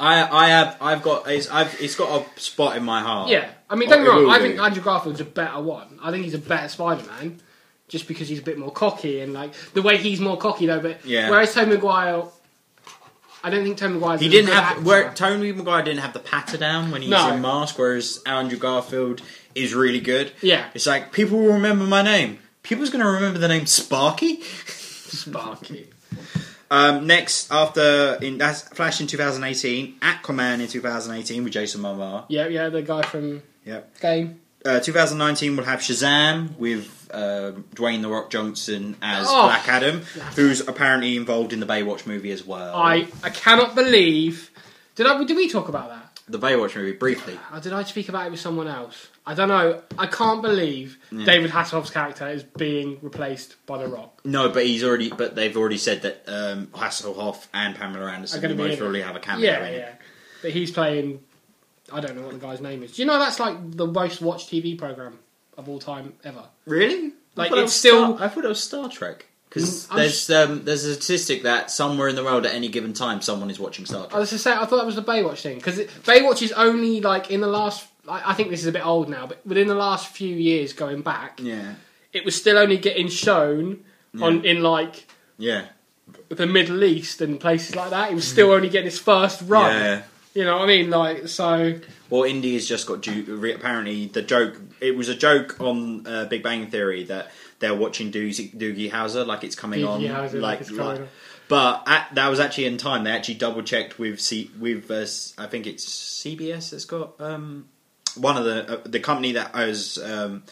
I, I have, I've got, it's, I've, it's got a spot in my heart. Yeah. I mean, don't Oh, get it me will wrong, I do. think Andrew Garfield's a better one. I think he's a better Spider Man. Just because he's a bit more cocky and like. The way he's more cocky though, but. Yeah. Whereas Tobey Maguire. I don't think Tobey Maguire's. He a didn't good have actor. where Tony Maguire didn't have the patter down when he's No. in Mask, whereas Andrew Garfield is really good. Yeah. it's like people will remember my name. People's gonna remember the name Sparky. Sparky. Um, next, after in that's Flash in 2018, Aquaman in 2018 with Jason Momoa. Yeah, yeah, the guy from Yep. Game. Uh, 2019 we'll have Shazam with um Dwayne the Rock Johnson as Oh. Black Adam, who's apparently involved in the Baywatch movie as well. I I cannot believe. Did I? Did we talk about that? The Baywatch movie briefly. Or did I speak about it with someone else? I don't know. I can't believe David Hasselhoff's character is being replaced by The Rock. No, but he's already. But they've already said that um, Hasselhoff and Pamela Anderson Are gonna will be most in it. probably have a cameo Yeah, in it. yeah. But he's playing. I don't know what the guy's name is. Do you know that's like the most watched TV program of all time ever? Really? I Like, thought it it's was still- Star- I thought it was Star Trek. Because Mm, I'm there's um, there's a statistic that somewhere in the world at any given time someone is watching Star I Trek. was just saying, I thought that was the Baywatch thing because Baywatch is only like in the last. I I think this is a bit old now, but within the last few years going back, Yeah, it was still only getting shown on in like yeah, the Middle East and places like that. It was still only getting its first run. yeah. You know what I mean? Like, so. Well, India's just got due. re- Apparently, the joke it was a joke on uh, Big Bang Theory that they're watching Doogie, Doogie Howser like it's coming Doogie on, Howser, like, like it's coming like- on. But at, that was actually in time. They actually double checked with C, with uh, s- I think it's CBS that's got um, one of the uh, the company that owns um,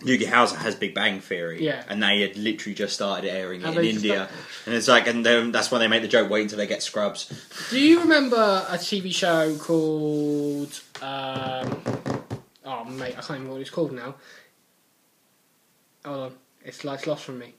Doogie Howser has Big Bang Theory, Yeah. and they had literally just started airing Have it in they just India, got- and it's like, and then that's why they make the joke. Wait until they get scrubs. Do you remember a TV show called? Um, oh mate, I can't remember what it's called now. Hold on, it's like it's lost from me.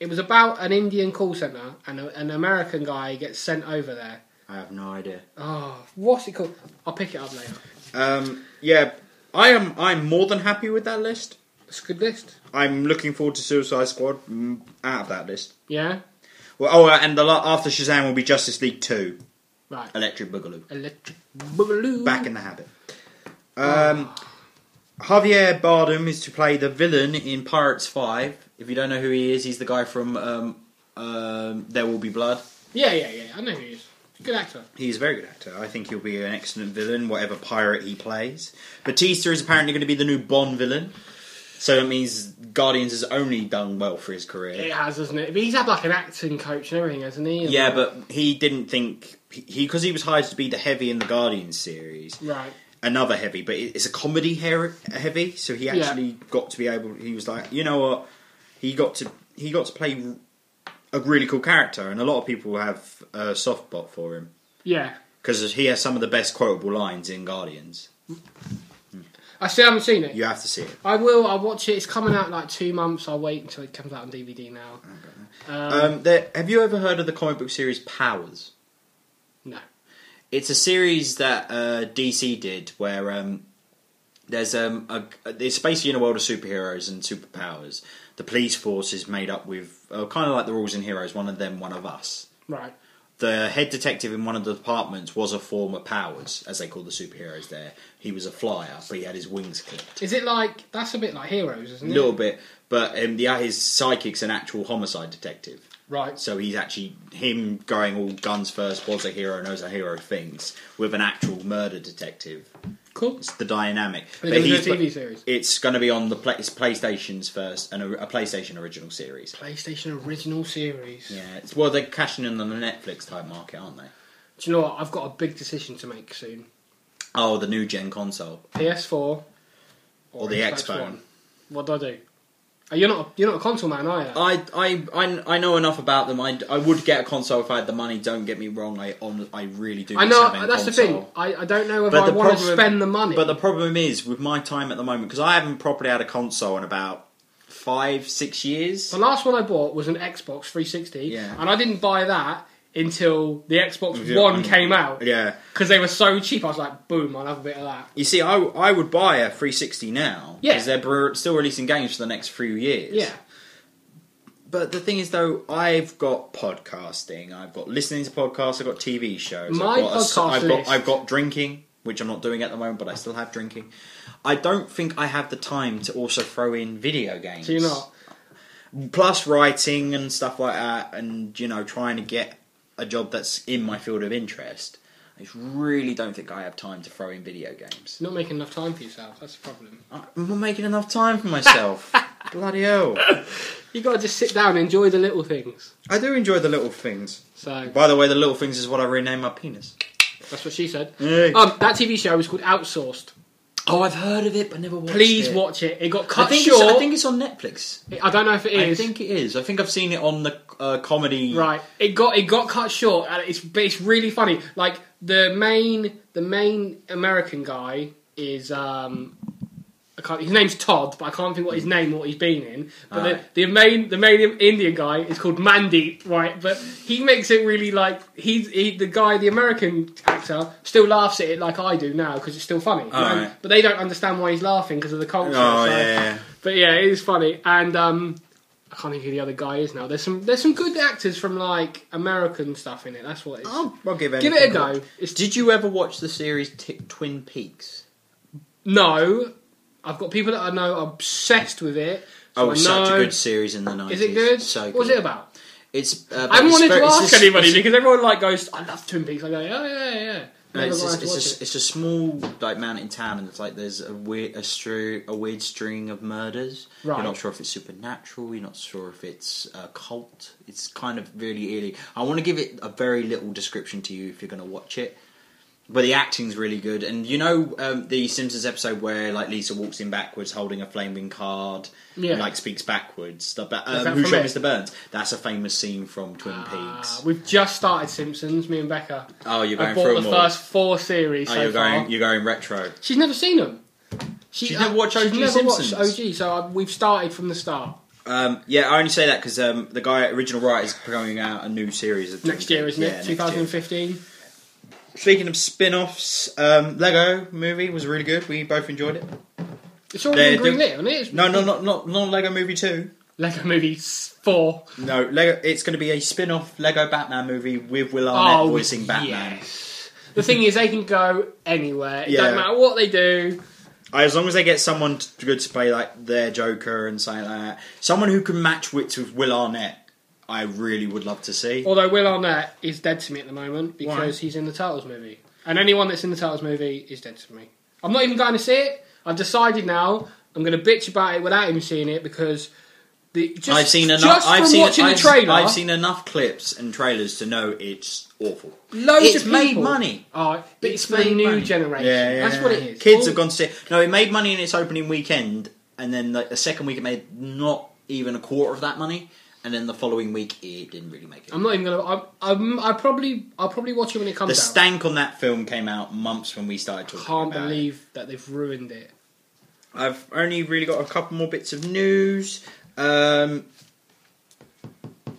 It was about an Indian call center, and a, an American guy gets sent over there. I have no idea. Oh, what's it called? I'll pick it up later. Um, yeah, I am. I'm more than happy with that list. It's a good list. I'm looking forward to Suicide Squad mm, out of that list. Yeah. Well, oh, and the la- after Shazam will be Justice League Two, Right. Electric Boogaloo. Electric Boogaloo. Back in the habit. Um, Javier Bardem is to play the villain in Pirates Five. If you don't know who he is, he's the guy from um, um, There Will Be Blood. Yeah, yeah, yeah. I know who he is. Good actor. He's a very good actor. I think he'll be an excellent villain, whatever pirate he plays. Batista is apparently going to be the new Bond villain. So that means Guardians has only done well for his career. It has, hasn't it? But he's had like an acting coach and everything, hasn't he? And- Yeah, but he didn't think he because he was hired to be the heavy in the Guardians series. Right. Another heavy, but it- it's a comedy hair- heavy. So he actually got to be able. He was like, you know what? He got to he got to play a really cool character, and a lot of people have a soft spot for him Yeah. because he has some of the best quotable lines in Guardians. I still haven't seen it. You have to see it. I will. I'll watch it. It's coming out in like two months. I'll wait until it comes out on DVD now. Um, Um, there, have you ever heard of the comic book series Powers? no. It's a series that uh, DC did where um, there's um, a, it's basically in a world of superheroes and superpowers. The police force is made up with uh, kind of like the rules in Heroes, one of them, one of us. Right. The head detective in one of the departments was a former Powers, as they call the superheroes there. He was a flyer, but he had his wings clipped. Is it like that's a bit like Heroes, isn't A it? little bit, but um, the, his psychic's an actual homicide detective. Right. So he's actually him going all guns first, was a hero, knows a hero things with an actual murder detective. Cool. It's the dynamic. They're gonna do a he's- TV series. It's going to be on the play, it's PlayStation's first and a, a PlayStation original series. PlayStation original series. Yeah, it's, well they're cashing in on the Netflix type market, aren't they? Do you know what? I've got a big decision to make soon. Oh, the new gen console PS4 or the X Xbox Phone. One. What do I do? Oh, You're not. You're not a console man, are you? I, I, I, I know enough about them. I, I would get a console if I had the money. Don't get me wrong. I on, I really do. I miss know having a that's the console. thing. I, I don't know if But I the want to problem- spend the money. But the problem is with my time at the moment because I haven't properly had a console in about five, six years. The last one I bought was an Xbox 360, Yeah. and I didn't buy that until the Xbox Yeah, One I'm- came out Yeah. because they were so cheap. I was like, boom, I'll have a bit of that. You see, I, I would buy a 360 now Yeah. because they're bre- still releasing games for the next few years. Yeah, But the thing is, though, I've got podcasting, I've got listening to podcasts, I've got TV shows, My I've got, a s- podcast I've, got list- I've got drinking, which I'm not doing at the moment, but I still have drinking. I don't think I have the time to also throw in video games. so you're not. Plus writing and stuff like that, and you know, trying to get a job that's in my field of interest. I just really don't think I have time to throw in video games. You're not making enough time for yourself. That's the problem. I'm not making enough time for myself. Bloody hell! You gotta just sit down, and enjoy the little things. I do enjoy the little things. So By the way, the little things is what I rename my penis. that's what she said. Hey. Um, that TV show is called Outsourced. Oh, I've heard of it, but never watched Please it. watch it. It got I cut think, short. it's, I think it's on Netflix. I don't know if it I is. think it is. I think I've seen it on the uh, comedy. Right. It got it got cut short, and it's but it's really funny. Like the main the main American guy is um. I can't, his name's Todd, but I can't think what his name, what he's been in. But Alright. the, the main, the main Indian guy is called Mandeep, right? But he makes it really like he's he, the guy, the American actor, still laughs at it like I do now because it's still funny. you know? Alright. But they don't understand why he's laughing because of the culture. Oh so- yeah, yeah. but yeah, it is funny, and um, I can't think who the other guy is now. There's some there's some good actors from like American stuff in it. That's what it is. I'll, I'll give it. Give it a go. It's, Did you ever watch the series T- Twin Peaks? no, I've got people that I know are obsessed with it. So Oh, I it's such a know- good series in the nineties. Is it good? So good. What was it about? It's. Uh, I it's wanted to very- it's ask a- anybody it's- because everyone like goes, I love Twin Peaks. I go, oh yeah, yeah. yeah. No, Never it's, got just, around to it's, watch just, it. it's a small like mountain town, and it's like there's a weird a, stru- a weird string of murders. Right. You're not sure if it's supernatural. You're not sure if it's a cult. It's kind of really eerie. I want to give it a very little description to you if you're going to watch it. But the acting's really good, and you know um, the Simpsons episode where like Lisa walks in backwards holding a flaming card, Yeah. and, like speaks backwards. The ba- Is um, that Who from shot it? Mr. Burns? That's a famous scene from Twin Ah, Peaks. we've just started Simpsons, me and Becca. Oh, you're I going through bought the them all. first four series Oh, so you're far. going. You're going retro. She's never seen them. She, uh, She's never watched OG She's never Simpsons. watched OG, so uh, we've started from the start. Um, yeah, I only say that because um, the guy, original writer, is bringing out a new series of Next year, isn't Yeah, it? next year. 2015. Speaking of spin-offs, um, Lego Movie was really good. We both enjoyed it. It's already They're been greenlit, isn't it? It's No, no, not not not Lego Movie Two. Lego Movie s- 4. No, Lego. It's going to be a spin-off Lego Batman movie with Will Arnett Oh, voicing Batman. yes. The thing is, they can go anywhere. It Yeah. doesn't matter what they do. As long as they get someone to, good to play like their Joker and something like that, someone who can match wits with Will Arnett, I really would love to see. Although Will Arnett is dead to me at the moment because he's in the Turtles movie. And anyone that's in the Turtles movie is dead to me. I'm not even going to see it. I've decided now I'm going to bitch about it without even seeing it because... The, just, I've seen enough. Just I've from seen, watching I've, the trailer, I've seen enough clips and trailers to know it's awful. Loads it's of people. made money. Oh, but It's it's, for the made new money. generation. That's what it is. Kids All- have gone to see. No, it made money in its opening weekend, and then like, the second week it made not even a quarter of that money, and then the following week it didn't really make it. I'm not even gonna. I'm, I'm, I probably. I'll probably watch it when it comes the out. stank on that film came out months when we started talking. Can't about it. believe that they've ruined it. I've only really got a couple more bits of news. Um,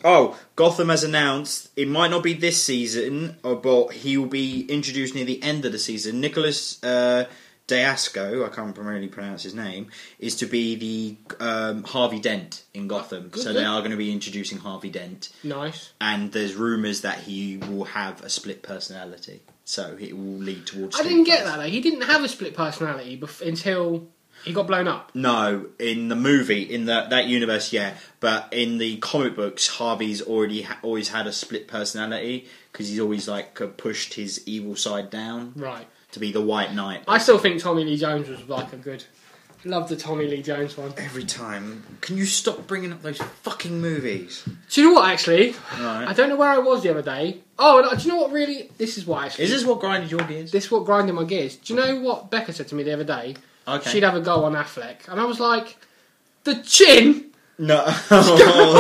oh, Gotham has announced it might not be this season, uh, but he will be introduced near the end of the season. Nicholas uh, D'Asco, I can't primarily pronounce his name, is to be the um, Harvey Dent in Gotham. Good so they for him. are going to be introducing Harvey Dent, Nice. and there's rumours that he will have a split personality. So it will lead towards. I didn't split get that though. He didn't have a split personality bef- until he got blown up. No, in the movie, in the, that universe, yeah. But in the comic books, Harvey's already ha- always had a split personality because he's always like uh, pushed his evil side down Right. to be the White Knight. I still think Tommy Lee Jones was like a good. Love the Tommy Lee Jones one. Every time, can you stop bringing up those fucking movies? Do you know what? Actually, I Right. don't know where I was the other day. Oh, and, uh, do you know what? Really, this is why. Actually, Is this what grinded your gears? this is what grinding my gears? Do you know what Becca said to me the other day? Okay. she'd have a go on Affleck. And I was like, the chin No,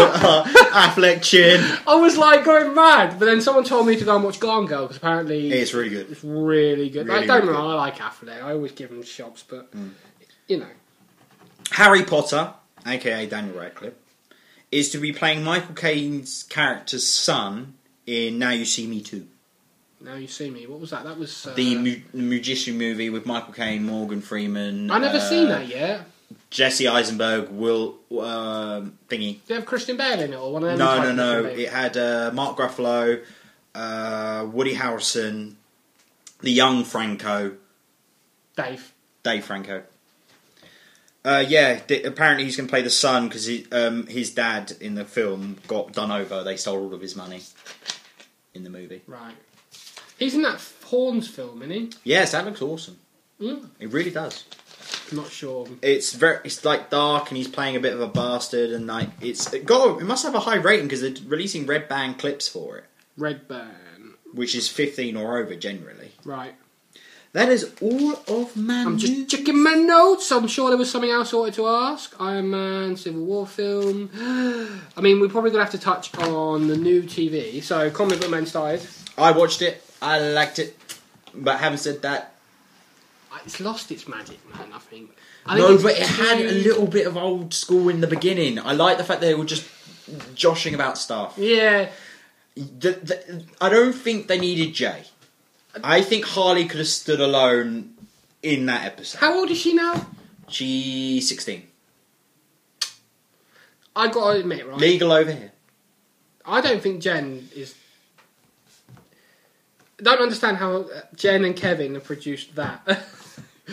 Affleck chin. I was like going mad, but then someone told me to go and watch Gone Girl because apparently It's really good. it's really good. Really, Mm. like, don't really know, I like Affleck. I always give him shops, but you know, Harry Potter, aka Daniel Radcliffe, is to be playing Michael Caine's character's son in Now You See Me Too, now you see me. What was that? That was uh, the mu- the magician movie with Michael Caine, Morgan Freeman. I never uh, seen that yet. Jesse Eisenberg, Will um, thingy. Did it have Christian Bale in it or one of them? No, type no, of no. people? It had uh, Mark Ruffalo, uh, Woody Harrelson, the young Franco, Dave. Dave Franco. Uh, yeah, th- apparently he's going to play the son because um, his dad in the film got done over. They stole all of his money in the movie. Right. He's in that Horns film, isn't Yes, that looks awesome. he? Mm. It really does. Not sure. It's very, it's like dark, and he's playing a bit of a bastard, and like it's it got. It must have a high rating because they're releasing red band clips for it, Redburn. which is fifteen or over generally. Right. That is all of man. I'm news. just checking my notes. I'm sure there was something else I wanted to ask. Iron Man, Civil War film. I mean, we're probably going to have to touch on the new TV. So, Comic Book Man started. I watched it. I liked it. But having said that, Uh, It's lost its magic, man, I think. I think no, it's but it had too- a little bit of old school in the beginning. I like the fact they were just joshing about stuff. Yeah. The- the- I don't think they needed Jay. I think Harley could have stood alone in that episode. How old is she now? She's 16. i got to admit, right? Legal over here. I don't think Jen is. I don't understand how uh, Jen and Kevin have produced that.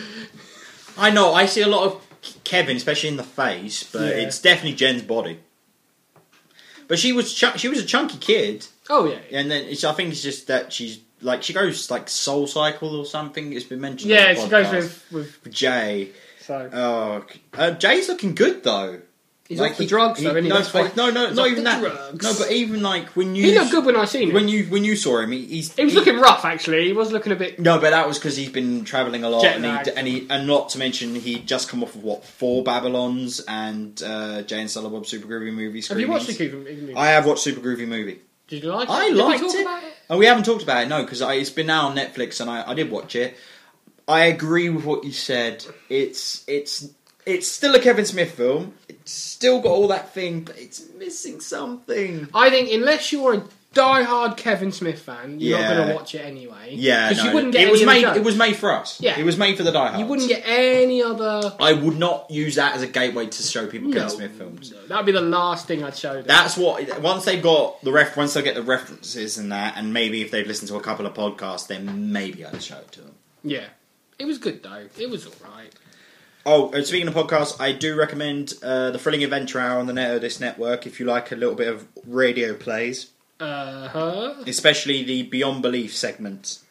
I know, I see a lot of Kevin, especially in the face, but Yeah. it's definitely Jen's body. But she was chu- she was a chunky kid. oh, yeah. Yeah, and then it's, I think it's just that she's like she goes like Soul Cycle or something. It's been mentioned. on the she goes podcast. with. with Jay. so. Oh, uh, Jay's looking good though. He's off the drugs, though, isn't he? no, That's why- fuck- no, no, he's not off even the that. drugs. No, but even like when you he looked good when I seen him. when you when you saw him, he, he's He was he- looking rough, actually. He was looking a bit. No, but that was because he's been traveling a lot, Jet and he, lagged. and he and not to mention he just come off of what four Babylons and uh, Jay and Silent Bob Super Groovy movie. Have you watched the screenings. Cuban movie? I have watched Super Groovy movie. Did you like it? I Did we liked talk it. about it? Oh, we haven't talked about it, no, because it's been out on Netflix, and I, I did watch it. I agree with what you said. It's it's it's still a Kevin Smith film. It's still got all that thing, but it's missing something. I think unless you're a die-hard Kevin Smith fan, you're not Yeah. going to watch it anyway. Yeah, because no, you wouldn't get it any was other made. jokes. It was made for us. Yeah. it was made for the diehards. You wouldn't get any other. I would not use that as a gateway to show people No, Kevin Smith films. no, that'd be the last thing I'd show them. That's what once they've got the ref, once they get the references and that, and maybe if they've listened to a couple of podcasts, then maybe I'd show it to them. yeah, it was good though. It was all right. Oh, and speaking of podcasts, I do recommend uh, the Thrilling Adventure Hour on the Net this network if you like a little bit of radio plays, Uh huh. especially the Beyond Belief segments.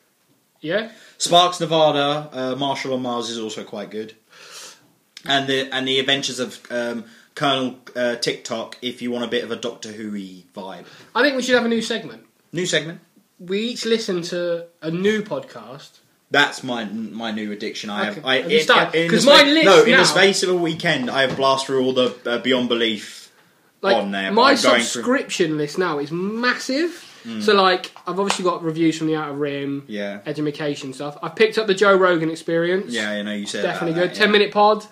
Yeah. Sparks Nevada, uh, Marshall on Mars is also quite good, and the and the Adventures of um, Colonel uh, TikTok if you want a bit of a Doctor Who vibe. I think we should have a new segment. New segment. We each listen to a new podcast. That's my my new addiction. I have. Okay. I Have you in- started? in the 'Cause spa- mine lists No, in now. the space of a weekend, I have blast through all the uh, Beyond Belief Like on there. but my I'm going through- Hmm. subscription list now is massive. So like, I've obviously got reviews from the Outer Rim. Yeah. education stuff. I've picked up the Joe Rogan experience. Yeah, you know, you said Definitely about good. that, yeah. 10 minute pod.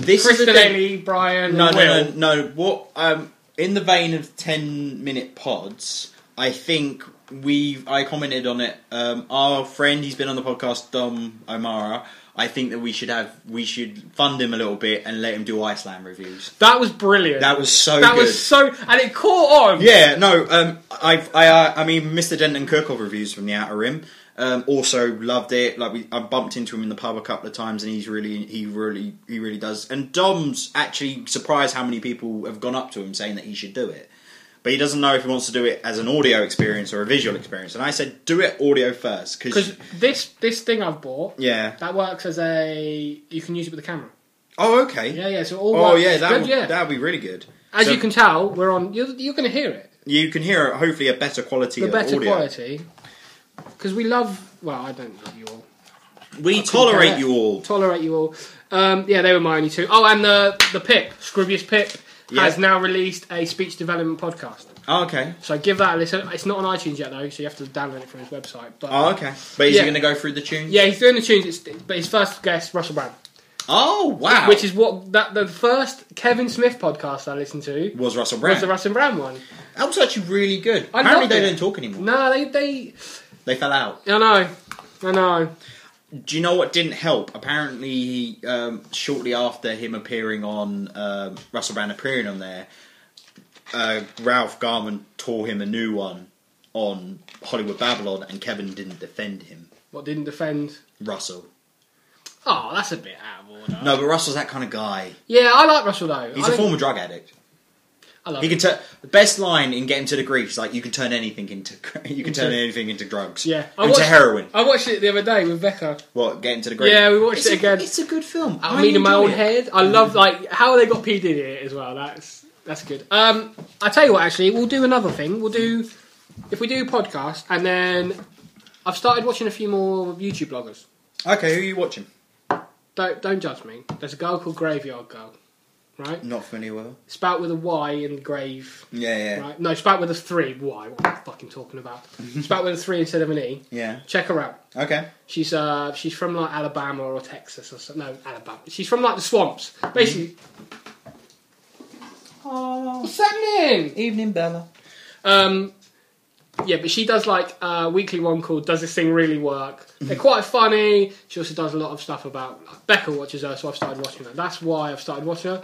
This is Kristen the thing. Ely, Brian, No, and no, Will. no, no. What? Um, in the vein of ten-minute pods, I think we. I commented on it. Um, our friend, he's been on the podcast, Dom O'Mara. I think that we should have we should fund him a little bit and let him do Iceland reviews. That was brilliant. That was so That good. was so. And it caught on. Yeah, no, um, I, I, uh, I mean, Mr. Denton Kirkhoff reviews from the Outer Rim. Um, also loved it. Like we, I bumped into him in the pub a couple of times, and he's really, he really, he really does. And Dom's actually surprised how many people have gone up to him saying that he should do it, but he doesn't know if he wants to do it as an audio experience or a visual experience. And I said, do it audio first, Because because this, this thing I've bought, yeah. that works as a. You can use it with a camera. Oh, okay. Yeah, yeah. So all Oh, works. yeah. It's That good, would, yeah. that'd be really good. As So you can tell, we're on. You're, you're going to hear it. you can hear hopefully a better quality The of better audio. quality. Because we love. Well, I don't love you all. We tolerate compare. you all. Tolerate you all. Um, yeah, they were my only two. Oh, and the the Pip, Scribbius Pip. Yeah. has now released a speech development podcast. Oh, okay. So give that a listen. It's not on iTunes yet though, so you have to download it from his website. But Oh, okay. But is Yeah. he going to go through the tunes? yeah, he's doing the tunes. It's, but his first guest, Russell Brand, Oh, wow. which is what that the first Kevin Smith podcast I listened to was Russell Brand. was the Russell Brand one. That was actually really good. I Apparently, loved they it. don't talk anymore. No, they they. They fell out. I know, I know. Do you know what didn't help? Apparently, he, um, shortly after him appearing on um Russell Brand appearing on there, uh, Ralph Garman tore him a new one on Hollywood Babylon, and Kevin didn't defend him. What didn't defend? Russell. Oh, that's a bit out of order. No, but Russell's that kind of guy. Yeah, I like Russell though. He's I a think- former drug addict. I love He him. can turn the best line in getting to the Greeks. Like you can turn anything into you can turn Into- anything into drugs. Yeah, I into watched- heroin. I watched it the other day with Becca. What getting to the Greeks? Yeah, we watched It's it a- again. it's a good film. I mean, in my enjoy own it. head. I love like how they got P Diddy in it as well. That's that's good. Um, I tell you what, actually, we'll do another thing. We'll do if we do podcast, and then I've started watching a few more YouTube bloggers. Okay, who are you watching? Don't don't judge me. There's a girl called Graveyard Girl, right? Not familiar with. Spout with a Y and grave. Yeah, yeah, Right? No, spout with a three. Why? What am I fucking talking about? spout with a three instead of an E. yeah. Check her out. Okay. She's uh, she's from like Alabama or Texas or so. No, Alabama. She's from like the swamps, basically. What's happening? Evening, Bella. Um, yeah, but she does like a weekly one called "Does This Thing Really Work?" They're quite funny. She also does a lot of stuff about like, Becca watches her, so I've started watching her. That's why I've started watching her.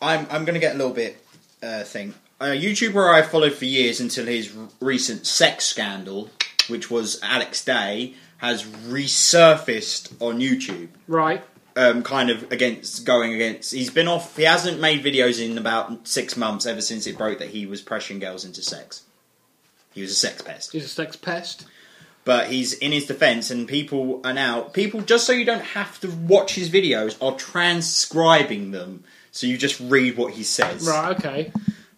I'm I'm gonna get a little bit uh, thing. A YouTuber I followed for years until his r- recent sex scandal, which was Alex Day, has resurfaced on YouTube. Right? um, kind of against going against. He's been off. He hasn't made videos in about six months ever since it broke that he was pressuring girls into sex. He was a sex pest. She's a sex pest. But he's in his defense, and people are now people. Just so you don't have to watch his videos, are transcribing them, so you just read what he says Right? Okay.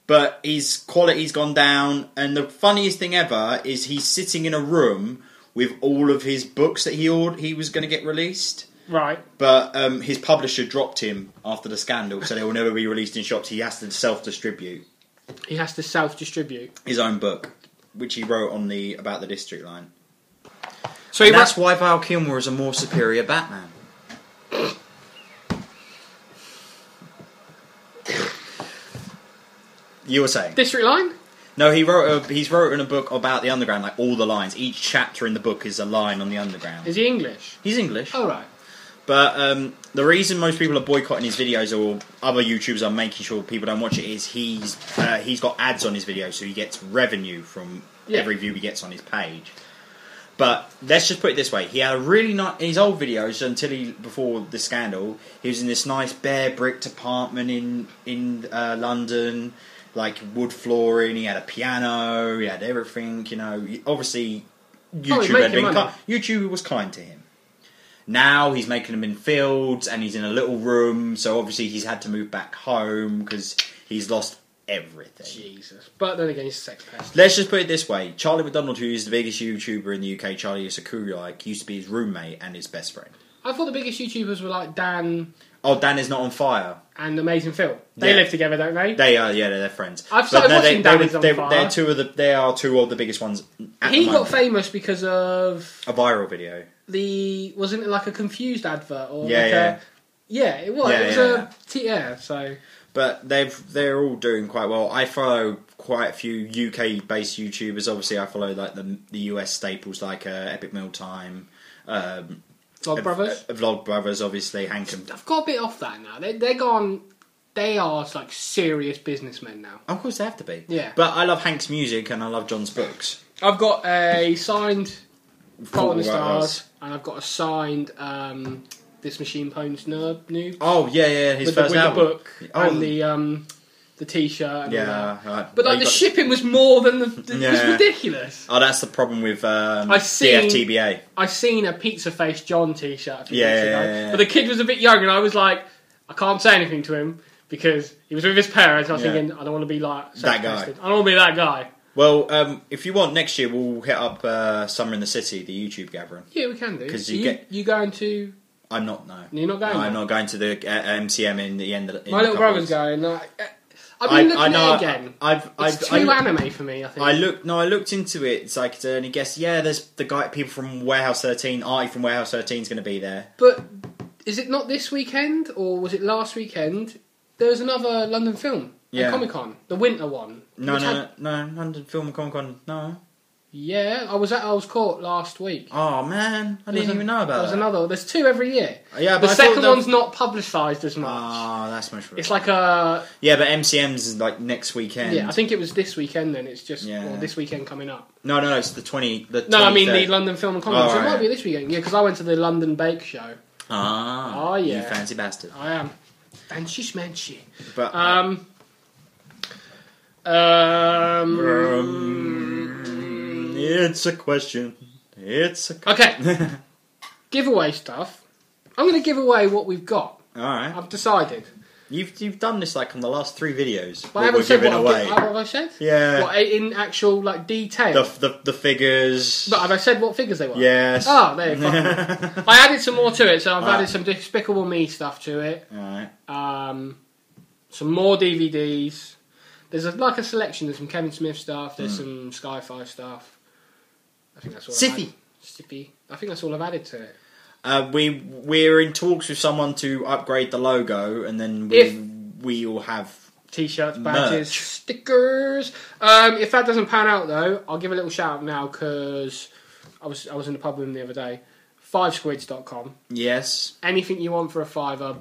but his quality's gone down. And the funniest thing ever is he's sitting in a room with all of his books that he ord- he was going to get released. Right. But um, his publisher dropped him after the scandal, so they will never be released in shops. He has to self-distribute He has to self-distribute. his own book, which he wrote on the about the district line. So he And ra- that's why Val Kilmer is a more superior Batman. you were saying? district line. No, he wrote a, he's written a book about the underground, like all the lines. Each chapter in the book is a line on the underground. Is Oh, he English? He's English, All right. but um, the reason most people are boycotting his videos or other YouTubers are making sure people don't watch it is he's uh, he's got ads on his videos, so he gets revenue from Yeah. every view he gets on his page. But let's just put it this way: he had a really nice in his old videos until he before the scandal. He was in this nice bare bricked apartment in in uh, London, like wood flooring. He had a piano. He had everything. You know, obviously Oh, YouTube had making been money. ki- YouTube was kind to him. Now he's making them in fields, and he's in a little room. So obviously he's had to move back home because he's lost everything. Jesus. But then again, he's a sex pest. Let's just put it this way: Charlie McDonald, who is the biggest YouTuber in the UK, Charlie Sakuriak, used to be his roommate and his best friend. I thought the biggest YouTubers were like Dan Oh, Dan is not on fire. and Amazing Phil. They Yeah. live together, don't they? They are, yeah, they're, they're friends. I've started they, watching they Dan were- is on they, fire. They're two of the. They are two of the biggest ones. At he the got moment. famous because of a viral video. the wasn't it like a confused advert or Yeah, like yeah. a yeah it was Yeah, it was yeah, a yeah. T- yeah so but they've they're all doing quite well. I follow quite a few UK based YouTubers. Obviously, I follow like the the US staples like uh, Epic Meal Time, um, Vlog Brothers. uh, Vlog Brothers, obviously Hankum. I've got a bit off that now. They they're gone. They are like serious businessmen now. Of course, they have to be. Yeah. but I love Hank's music and I love John's books. I've got a signed Fault in the Fault in Our Stars, and I've got a signed um, This Machine Poems Nerd new Oh yeah, yeah, his with, the, first with the album. book Oh. and the um, the T-shirt. And all that. Yeah, right. but like They the got- shipping was more than the it was Yeah. ridiculous. Oh, that's the problem with um, I've seen- DFTBA. I seen a pizza face John T-shirt a few Yeah, weeks yeah, ago, yeah, yeah. but the kid was a bit young, and I was like, I can't say anything to him because he was with his parents. I was Yeah. thinking, I don't want to be like That guy. sex-tested. I don't want to be that guy. Well, um, if you want, next year we'll hit up uh, Summer in the City, the YouTube gathering. Yeah, we can do. 'Cause Are you you get- you going to? I'm not no. You're not going. I'm though? not going to the uh, MCM in the end. Of, in a My little couple brother's of weeks. going. Like, eh, I've been I, I looking know. at it again. I've, I've, it's I too look- anime for me, I think. I looked. No, I looked into it. It's like, uh, and he guessed. Yeah, there's the guy, people from Warehouse 13. Artie from Warehouse 13 is going to be there. but is it not this weekend or was it last weekend? There was another London film Yeah. at Comic Con, the winter one. No, which no, had- no, no, London Film and Comic Con. No. Yeah, I was at Owl's Court last week. Oh man, I There's didn't an- even know about There's that. another. There's two every year. Yeah, but the I thought second that- one's not publicised as much. Oh, that's much. it's like a yeah, but MCM's is like next weekend. yeah. I think it was this weekend. Then it's just Yeah. or this weekend coming up. No, no, it's the twenty. The No, I mean the 23rd. London Film and Comic Con. Oh, so it right. might be this weekend. Yeah, because I went to the London Bake Show. Ah, Oh, yeah. you fancy bastard. I am. And she's manchi. But Um. Um. Um, it's a question. It's a. Okay, All giveaway stuff. I'm going to give away what we've got. right, I've decided. you've you've done this like on the last three videos. But I haven't we're said what, giving I've away. gi- what have I said? Yeah. What, in actual like detail? the, the the figures. but have I said what figures they were? yes. Oh, there you go. All I added some more to it, so I've Right. added some Despicable Me stuff to it. right. um, some more DVDs. There's a, like a selection. There's some Kevin Smith stuff. There's Hmm. some Skyfire stuff. I think that's all. I've Sippy. added- Sippy. I think that's all I've added to it. Uh, we we're in talks with someone to upgrade the logo, and then we If- we all have. T-shirts, badges, Merch. stickers. Um, if that doesn't pan out though, I'll give a little shout out now because I was I was in the pub with him the other day. Fivesquids.com. Yes. Anything you want for a fiver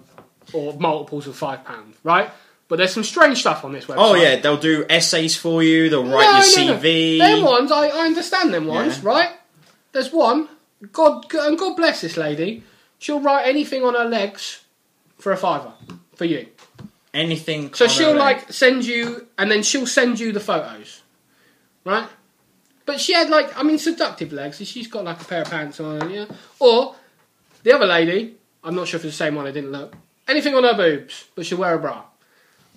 or multiples of five pounds, right? But there's some strange stuff on this website. Oh yeah, they'll do essays for you. They'll write your CV. No. Them ones, I, I understand them ones, Yeah. right? There's one, God, g- and God bless this lady, she'll write anything on her legs for a fiver for you. Anything. So on she'll a- like send you, and then she'll send you the photos, right? But she had like, I mean, seductive legs. and She's got like a pair of pants on, yeah. Or the other lady, I'm not sure if it's the same one. I didn't look. Anything on her boobs, but she'll wear a bra.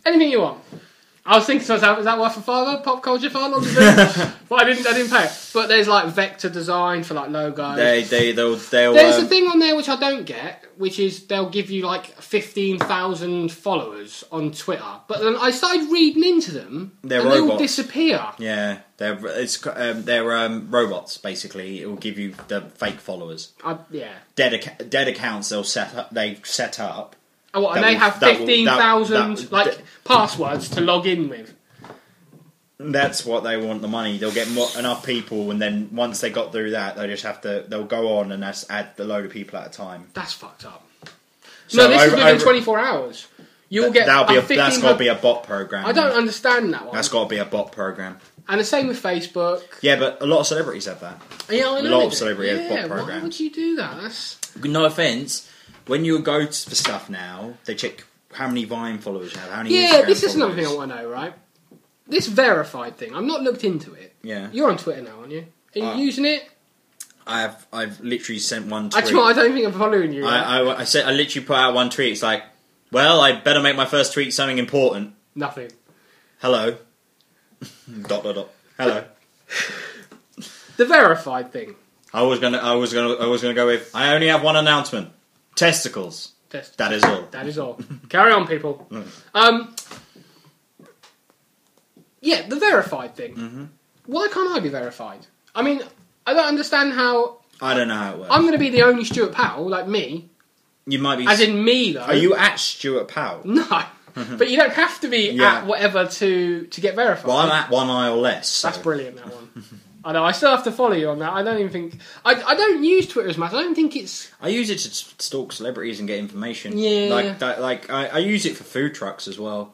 Anything you want. I was thinking to myself, is that worth a fiver? Pop culture fan on the boobs? but I didn't. I didn't pay. But there's like vector design for like logos. They they they'll they'll. There's um, a thing on there which I don't get, which is they'll give you like 15,000 followers on Twitter. But then I started reading into them, They're and they all robots. disappear. Yeah, they're it's um, they're um, robots basically. It will give you the fake followers, I, yeah. dead ac- dead accounts they'll set up. They set up. Oh, what, and That they will- have that will- that- 15,000 that- like that- passwords to log in with. That's what they want the money. They'll get more, enough people, and then once they got through that, they just have to. They'll go on and that's, add a load of people at a time. That's fucked up. So no, this is over- within over- 24 hours. You'll get That'll be a, a 15 that's got to be a bot program. I don't understand that one. That's got to be a bot program. and the same with Facebook. Yeah, but a lot of celebrities have that. Yeah, I know. lot they of do. celebrity yeah, bot Why programs. would you do that? That's, No offense. When you go to, for stuff now, they check how many Vine followers you have. How many? Yeah, Instagram this is another thing followers. I want to know, right? This verified thing, I've not looked into it. Yeah, You're on Twitter now, aren't you? Are you Uh, using it? I've I've literally sent one tweet. Actually, I don't think I'm following you. right? I, I, I said I literally put out one tweet. It's like, well, I better make my first tweet something important. Nothing. Hello. dot dot dot. Hello. The verified thing. I was gonna I was gonna I was gonna go with I only have one announcement. Testicles. Test. That is Mm. all. that is all. Carry on, people. Um, yeah, the verified thing. Mm-hmm. Why can't I be verified? I mean, I don't understand how I don't know how it works. I'm going to be the only Stuart Powell, like me, you might be. as in me though. are you at Stuart Powell? No, but you don't have to be Yeah. at whatever to to get verified. Well, I'm at one eye or less. so- That's brilliant. That one. I know. I still have to follow you on that. I don't even think. I, I don't use Twitter as much. I don't think it's. I use it to s- stalk celebrities and get information. Yeah. Like that. Like I, I use it for food trucks as well.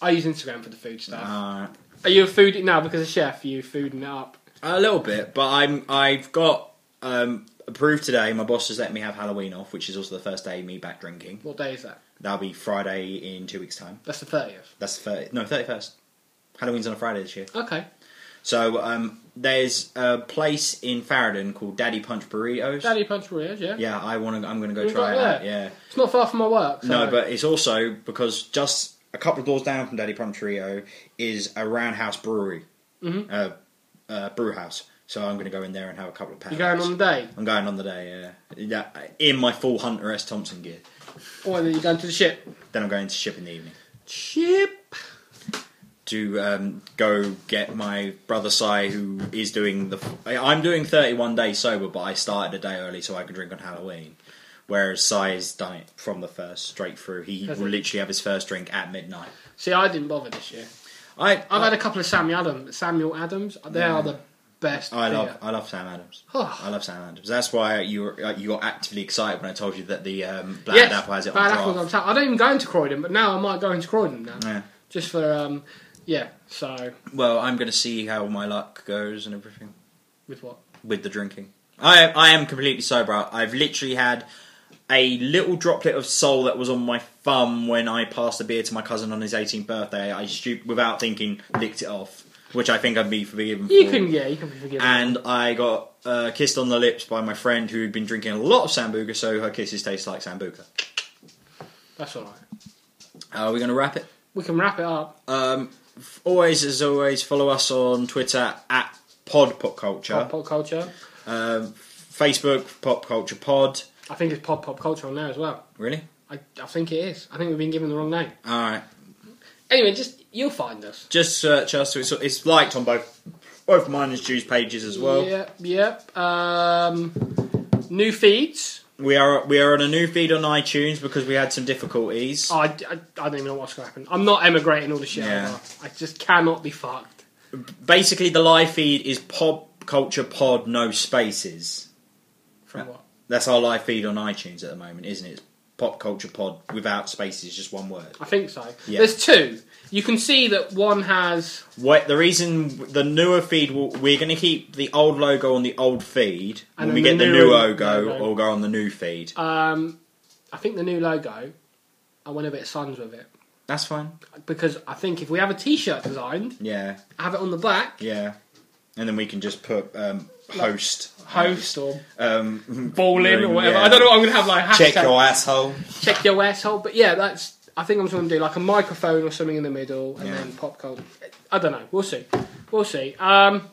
I use Instagram for the food stuff. Uh, Are you a food now because of chef? Are you fooding it up? A little bit, but I'm I've got um, approved today. My boss has let me have Halloween off, which is also the first day of me back drinking. What day is that? That'll be Friday in two weeks' time. That's the thirtieth. That's the 30, no thirty first. Halloween's on a Friday this year. Okay. So um, there's a place in Farringdon called Daddy Punch Burritos. Daddy Punch Burritos. Yeah. Yeah, I want to. I'm going to go You've try it got out. that? Yeah. It's not far from my work. So. No, but it's also because just a couple of doors down from Daddy Pontrio is a Roundhouse Brewery, Mm-hmm. uh, uh, brew house. So I'm going to go in there and have a couple of pounds. you're going on the day, I'm going on the day. uh, Yeah, yeah in my full Hunter S Thompson gear. or then you're going to the ship. Then I'm going to ship in the evening. Ship. to um, go get my brother Sai, who is doing the. I- I'm doing 31 days sober, but I started a day early so I could drink on Halloween. Whereas Sai's done it from the first straight through. He Has will he? literally have his first drink at midnight. See, I didn't bother this year. I I've I, had a couple of Samuel Adams. Samuel Adams. They are the best. I love beer. I love Sam Adams. Oh. I love Sam Adams. That's why you were, uh, you got actively excited when I told you that the um, Black Yes, Apple has it Bad on Apple's draft. on tap. I don't even go into Croydon, but now I might go into Croydon now, Yeah. just for um, yeah. So Well, I'm going to see how my luck goes and everything. with what? with the drinking. I I am completely sober. I've literally had a little droplet of soul that was on my thumb when I passed the beer to my cousin on his 18th birthday. I stu- without thinking licked it off, which I think I'd be forgiven. You for. can yeah, you can be forgiven. And I got uh, kissed on the lips by my friend who had been drinking a lot of sambuca, so her kisses taste like sambuca. That's all right. Are we going to wrap it? We can wrap it up. Um, f- always, as always, follow us on Twitter at Pod Pop Culture, Pop, pop culture. Um, Facebook Pop Culture Pod. I think it's pop pop culture on there as well. Really? I, I think it is. I think we've been given the wrong name. All right. Anyway, just you'll find us. Just search us. It's, it's liked on both both mine and Stu's pages as well. Yep, yep. Um, new feeds. We are we are on a new feed on iTunes because we had some difficulties. Oh, I, I, I don't even know what's going to happen. I'm not emigrating all the shit Yeah. over. I just cannot be fucked. Basically, the live feed is Pop Culture Pod, no spaces. From Yeah. what? That's our live feed on iTunes at the moment, isn't it? It's Pop Culture Pod without spaces, just one word. I think so. Yeah. There's two. You can see that one has. What the reason the newer feed will, we're going to keep the old logo on the old feed And when we then get the the newer new logo, logo. will go on the new feed. Um, I think the new logo. I went a bit suns with it That's fine. because I think if we have a T-shirt designed, Yeah. have it on the back, Yeah, and then we can just put um, host host or um, balling or room, whatever. yeah. I don't know. what I'm gonna have like hashtag Check your asshole. check your asshole. But yeah, that's. I think I'm just gonna do like a microphone or something in the middle, and Yeah. then pop culture. I don't know. We'll see. We'll see. Um,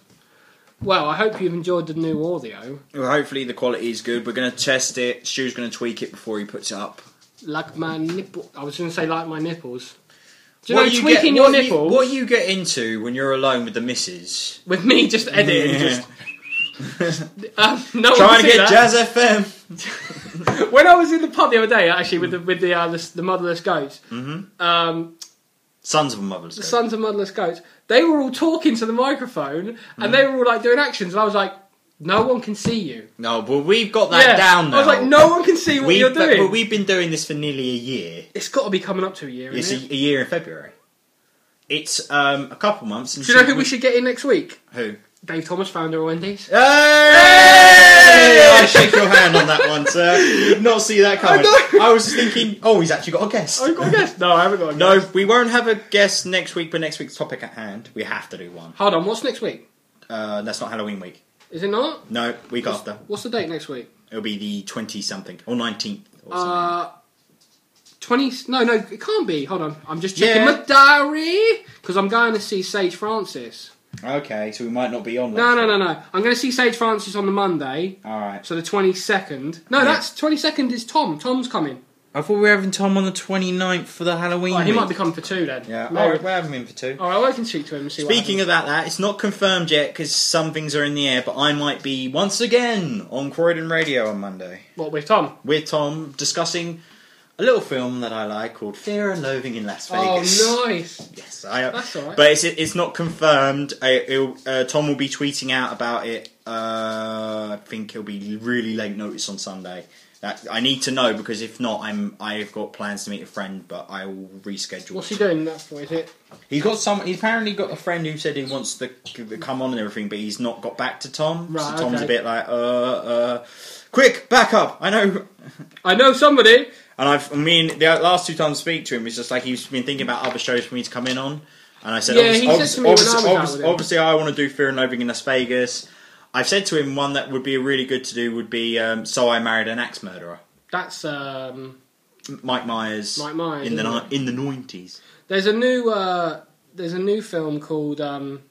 well, I hope you've enjoyed the new audio, Well, hopefully the quality is good. We're gonna test it. Stu's gonna tweak it before he puts it up. like my nipple. I was gonna say like my nipples. Do you What know get, tweaking your what you- nipples what you get into when you're alone with the missus? with me just editing? Yeah. Just um, no one Trying to can see get that. Jazz FM. When I was in the pub the other day, actually, with the with the uh, the, the motherless goats, Mm-hmm. um, Sons of a motherless. the goat. Sons of Motherless Goats, they were all talking to the microphone and they were all like doing actions, and I was like, no one can see you. No, well we've got that down now. I was like, no one can see what We've- you're doing. But we've been doing this for nearly a year. It's got to be coming up to a year. It's a, Isn't a it? year in February. It's um, a couple months. Since Do you know who we should get in next week? Who? Dave Thomas, founder of Wendy's. Hey! I shake your hand on that one, sir. You Did not see that coming. I I, was thinking, oh, he's actually got a guest. I've got a guest. No, I haven't got a guest. No, we won't have a guest next week, but next week's topic at hand, we have to do one. Hold on, what's next week? Uh, that's not Halloween week. Is it not? No, week after. What's the date next week? It'll be the 20 something or 19th or something. Uh, 20. No, no, it can't be. Hold on. I'm just checking Yeah. my diary because I'm going to see Sage Francis. okay, so we might not be on. No, no, no, no. I'm going to see Sage Francis on the Monday. All right. So the twenty second. No, Yeah. that's twenty second is Tom. Tom's coming. I thought we were having Tom on the 29th for the Halloween. Oh, he week. might be coming for two then. Yeah, Maybe. oh, we're having him for two. All right, I can speak to him and see. Speaking what of that, that it's not confirmed yet because some things are in the air. But I might be once again on Croydon Radio on Monday of what with Tom? with Tom discussing a little film that I like called Fear and Loathing in Las Vegas. Oh, nice. Yes, I. That's all right. But it's it's not confirmed. I, it'll, uh, Tom will be tweeting out about it. Uh, I think he'll be really late notice on Sunday. That I need to know because if not, I'm I've got plans to meet a friend, but I will reschedule. What's he doing that for? Is it? He's got some. He's apparently got a friend who said he wants to c- come on and everything, but he's not got back to Tom. Right, so Tom's okay. a bit like, uh, uh, quick, back up. I know. I know somebody. And I've, I mean, the last two times I speak to him, it's just like he's been thinking about other shows for me to come in on. And I said, Yeah, obviously, he obviously, said to me when I was obviously, out obviously, with him. obviously I want to do Fear and Loathing in Las Vegas. I've said to him one that would be really good to do would be um, So I Married an Axe Murderer, That's um. Mike Myers, Mike Myers, in the isn't ni- in the nineties. There's a new uh. There's a new film called um.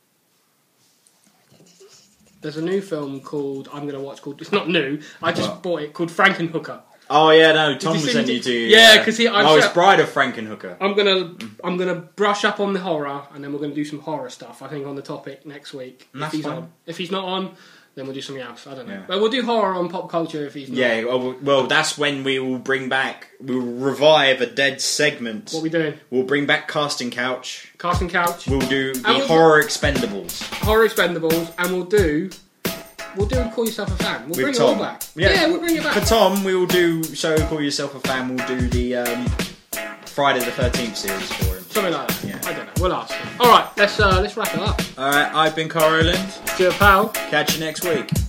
There's a new film called I'm gonna watch called it's not new. I just What? bought it called Frankenhooker. Oh yeah, no, Tom you was see- sending you to Yeah, 'cause he- I'm oh, it's sure- Bride of Frankenhooker. I'm gonna I'm gonna brush up on the horror, and then we're gonna do some horror stuff. I think on the topic next week. And If that's he's fine. on, if he's not on, then we'll do something else. I don't know, Yeah. but we'll do horror on pop culture if he's not. Yeah, well, well, that's when we will bring back, we will revive a dead segment. What we doing? We'll bring back Casting Couch. Casting couch, We'll do the And we'll- horror expendables. horror expendables, and we'll do we'll do call yourself a fan. We'll bring it Tom. all back. Yeah. we'll bring it For back. Tom, we will do So Call Yourself a Fan, we'll do the um, Friday the 13th series for him. Something like that. Yeah. I don't know. We'll ask. Him. All right, let's uh, let's wrap it up. Alright, I've been Carl Rowland. Stuart Powell. Catch you next week.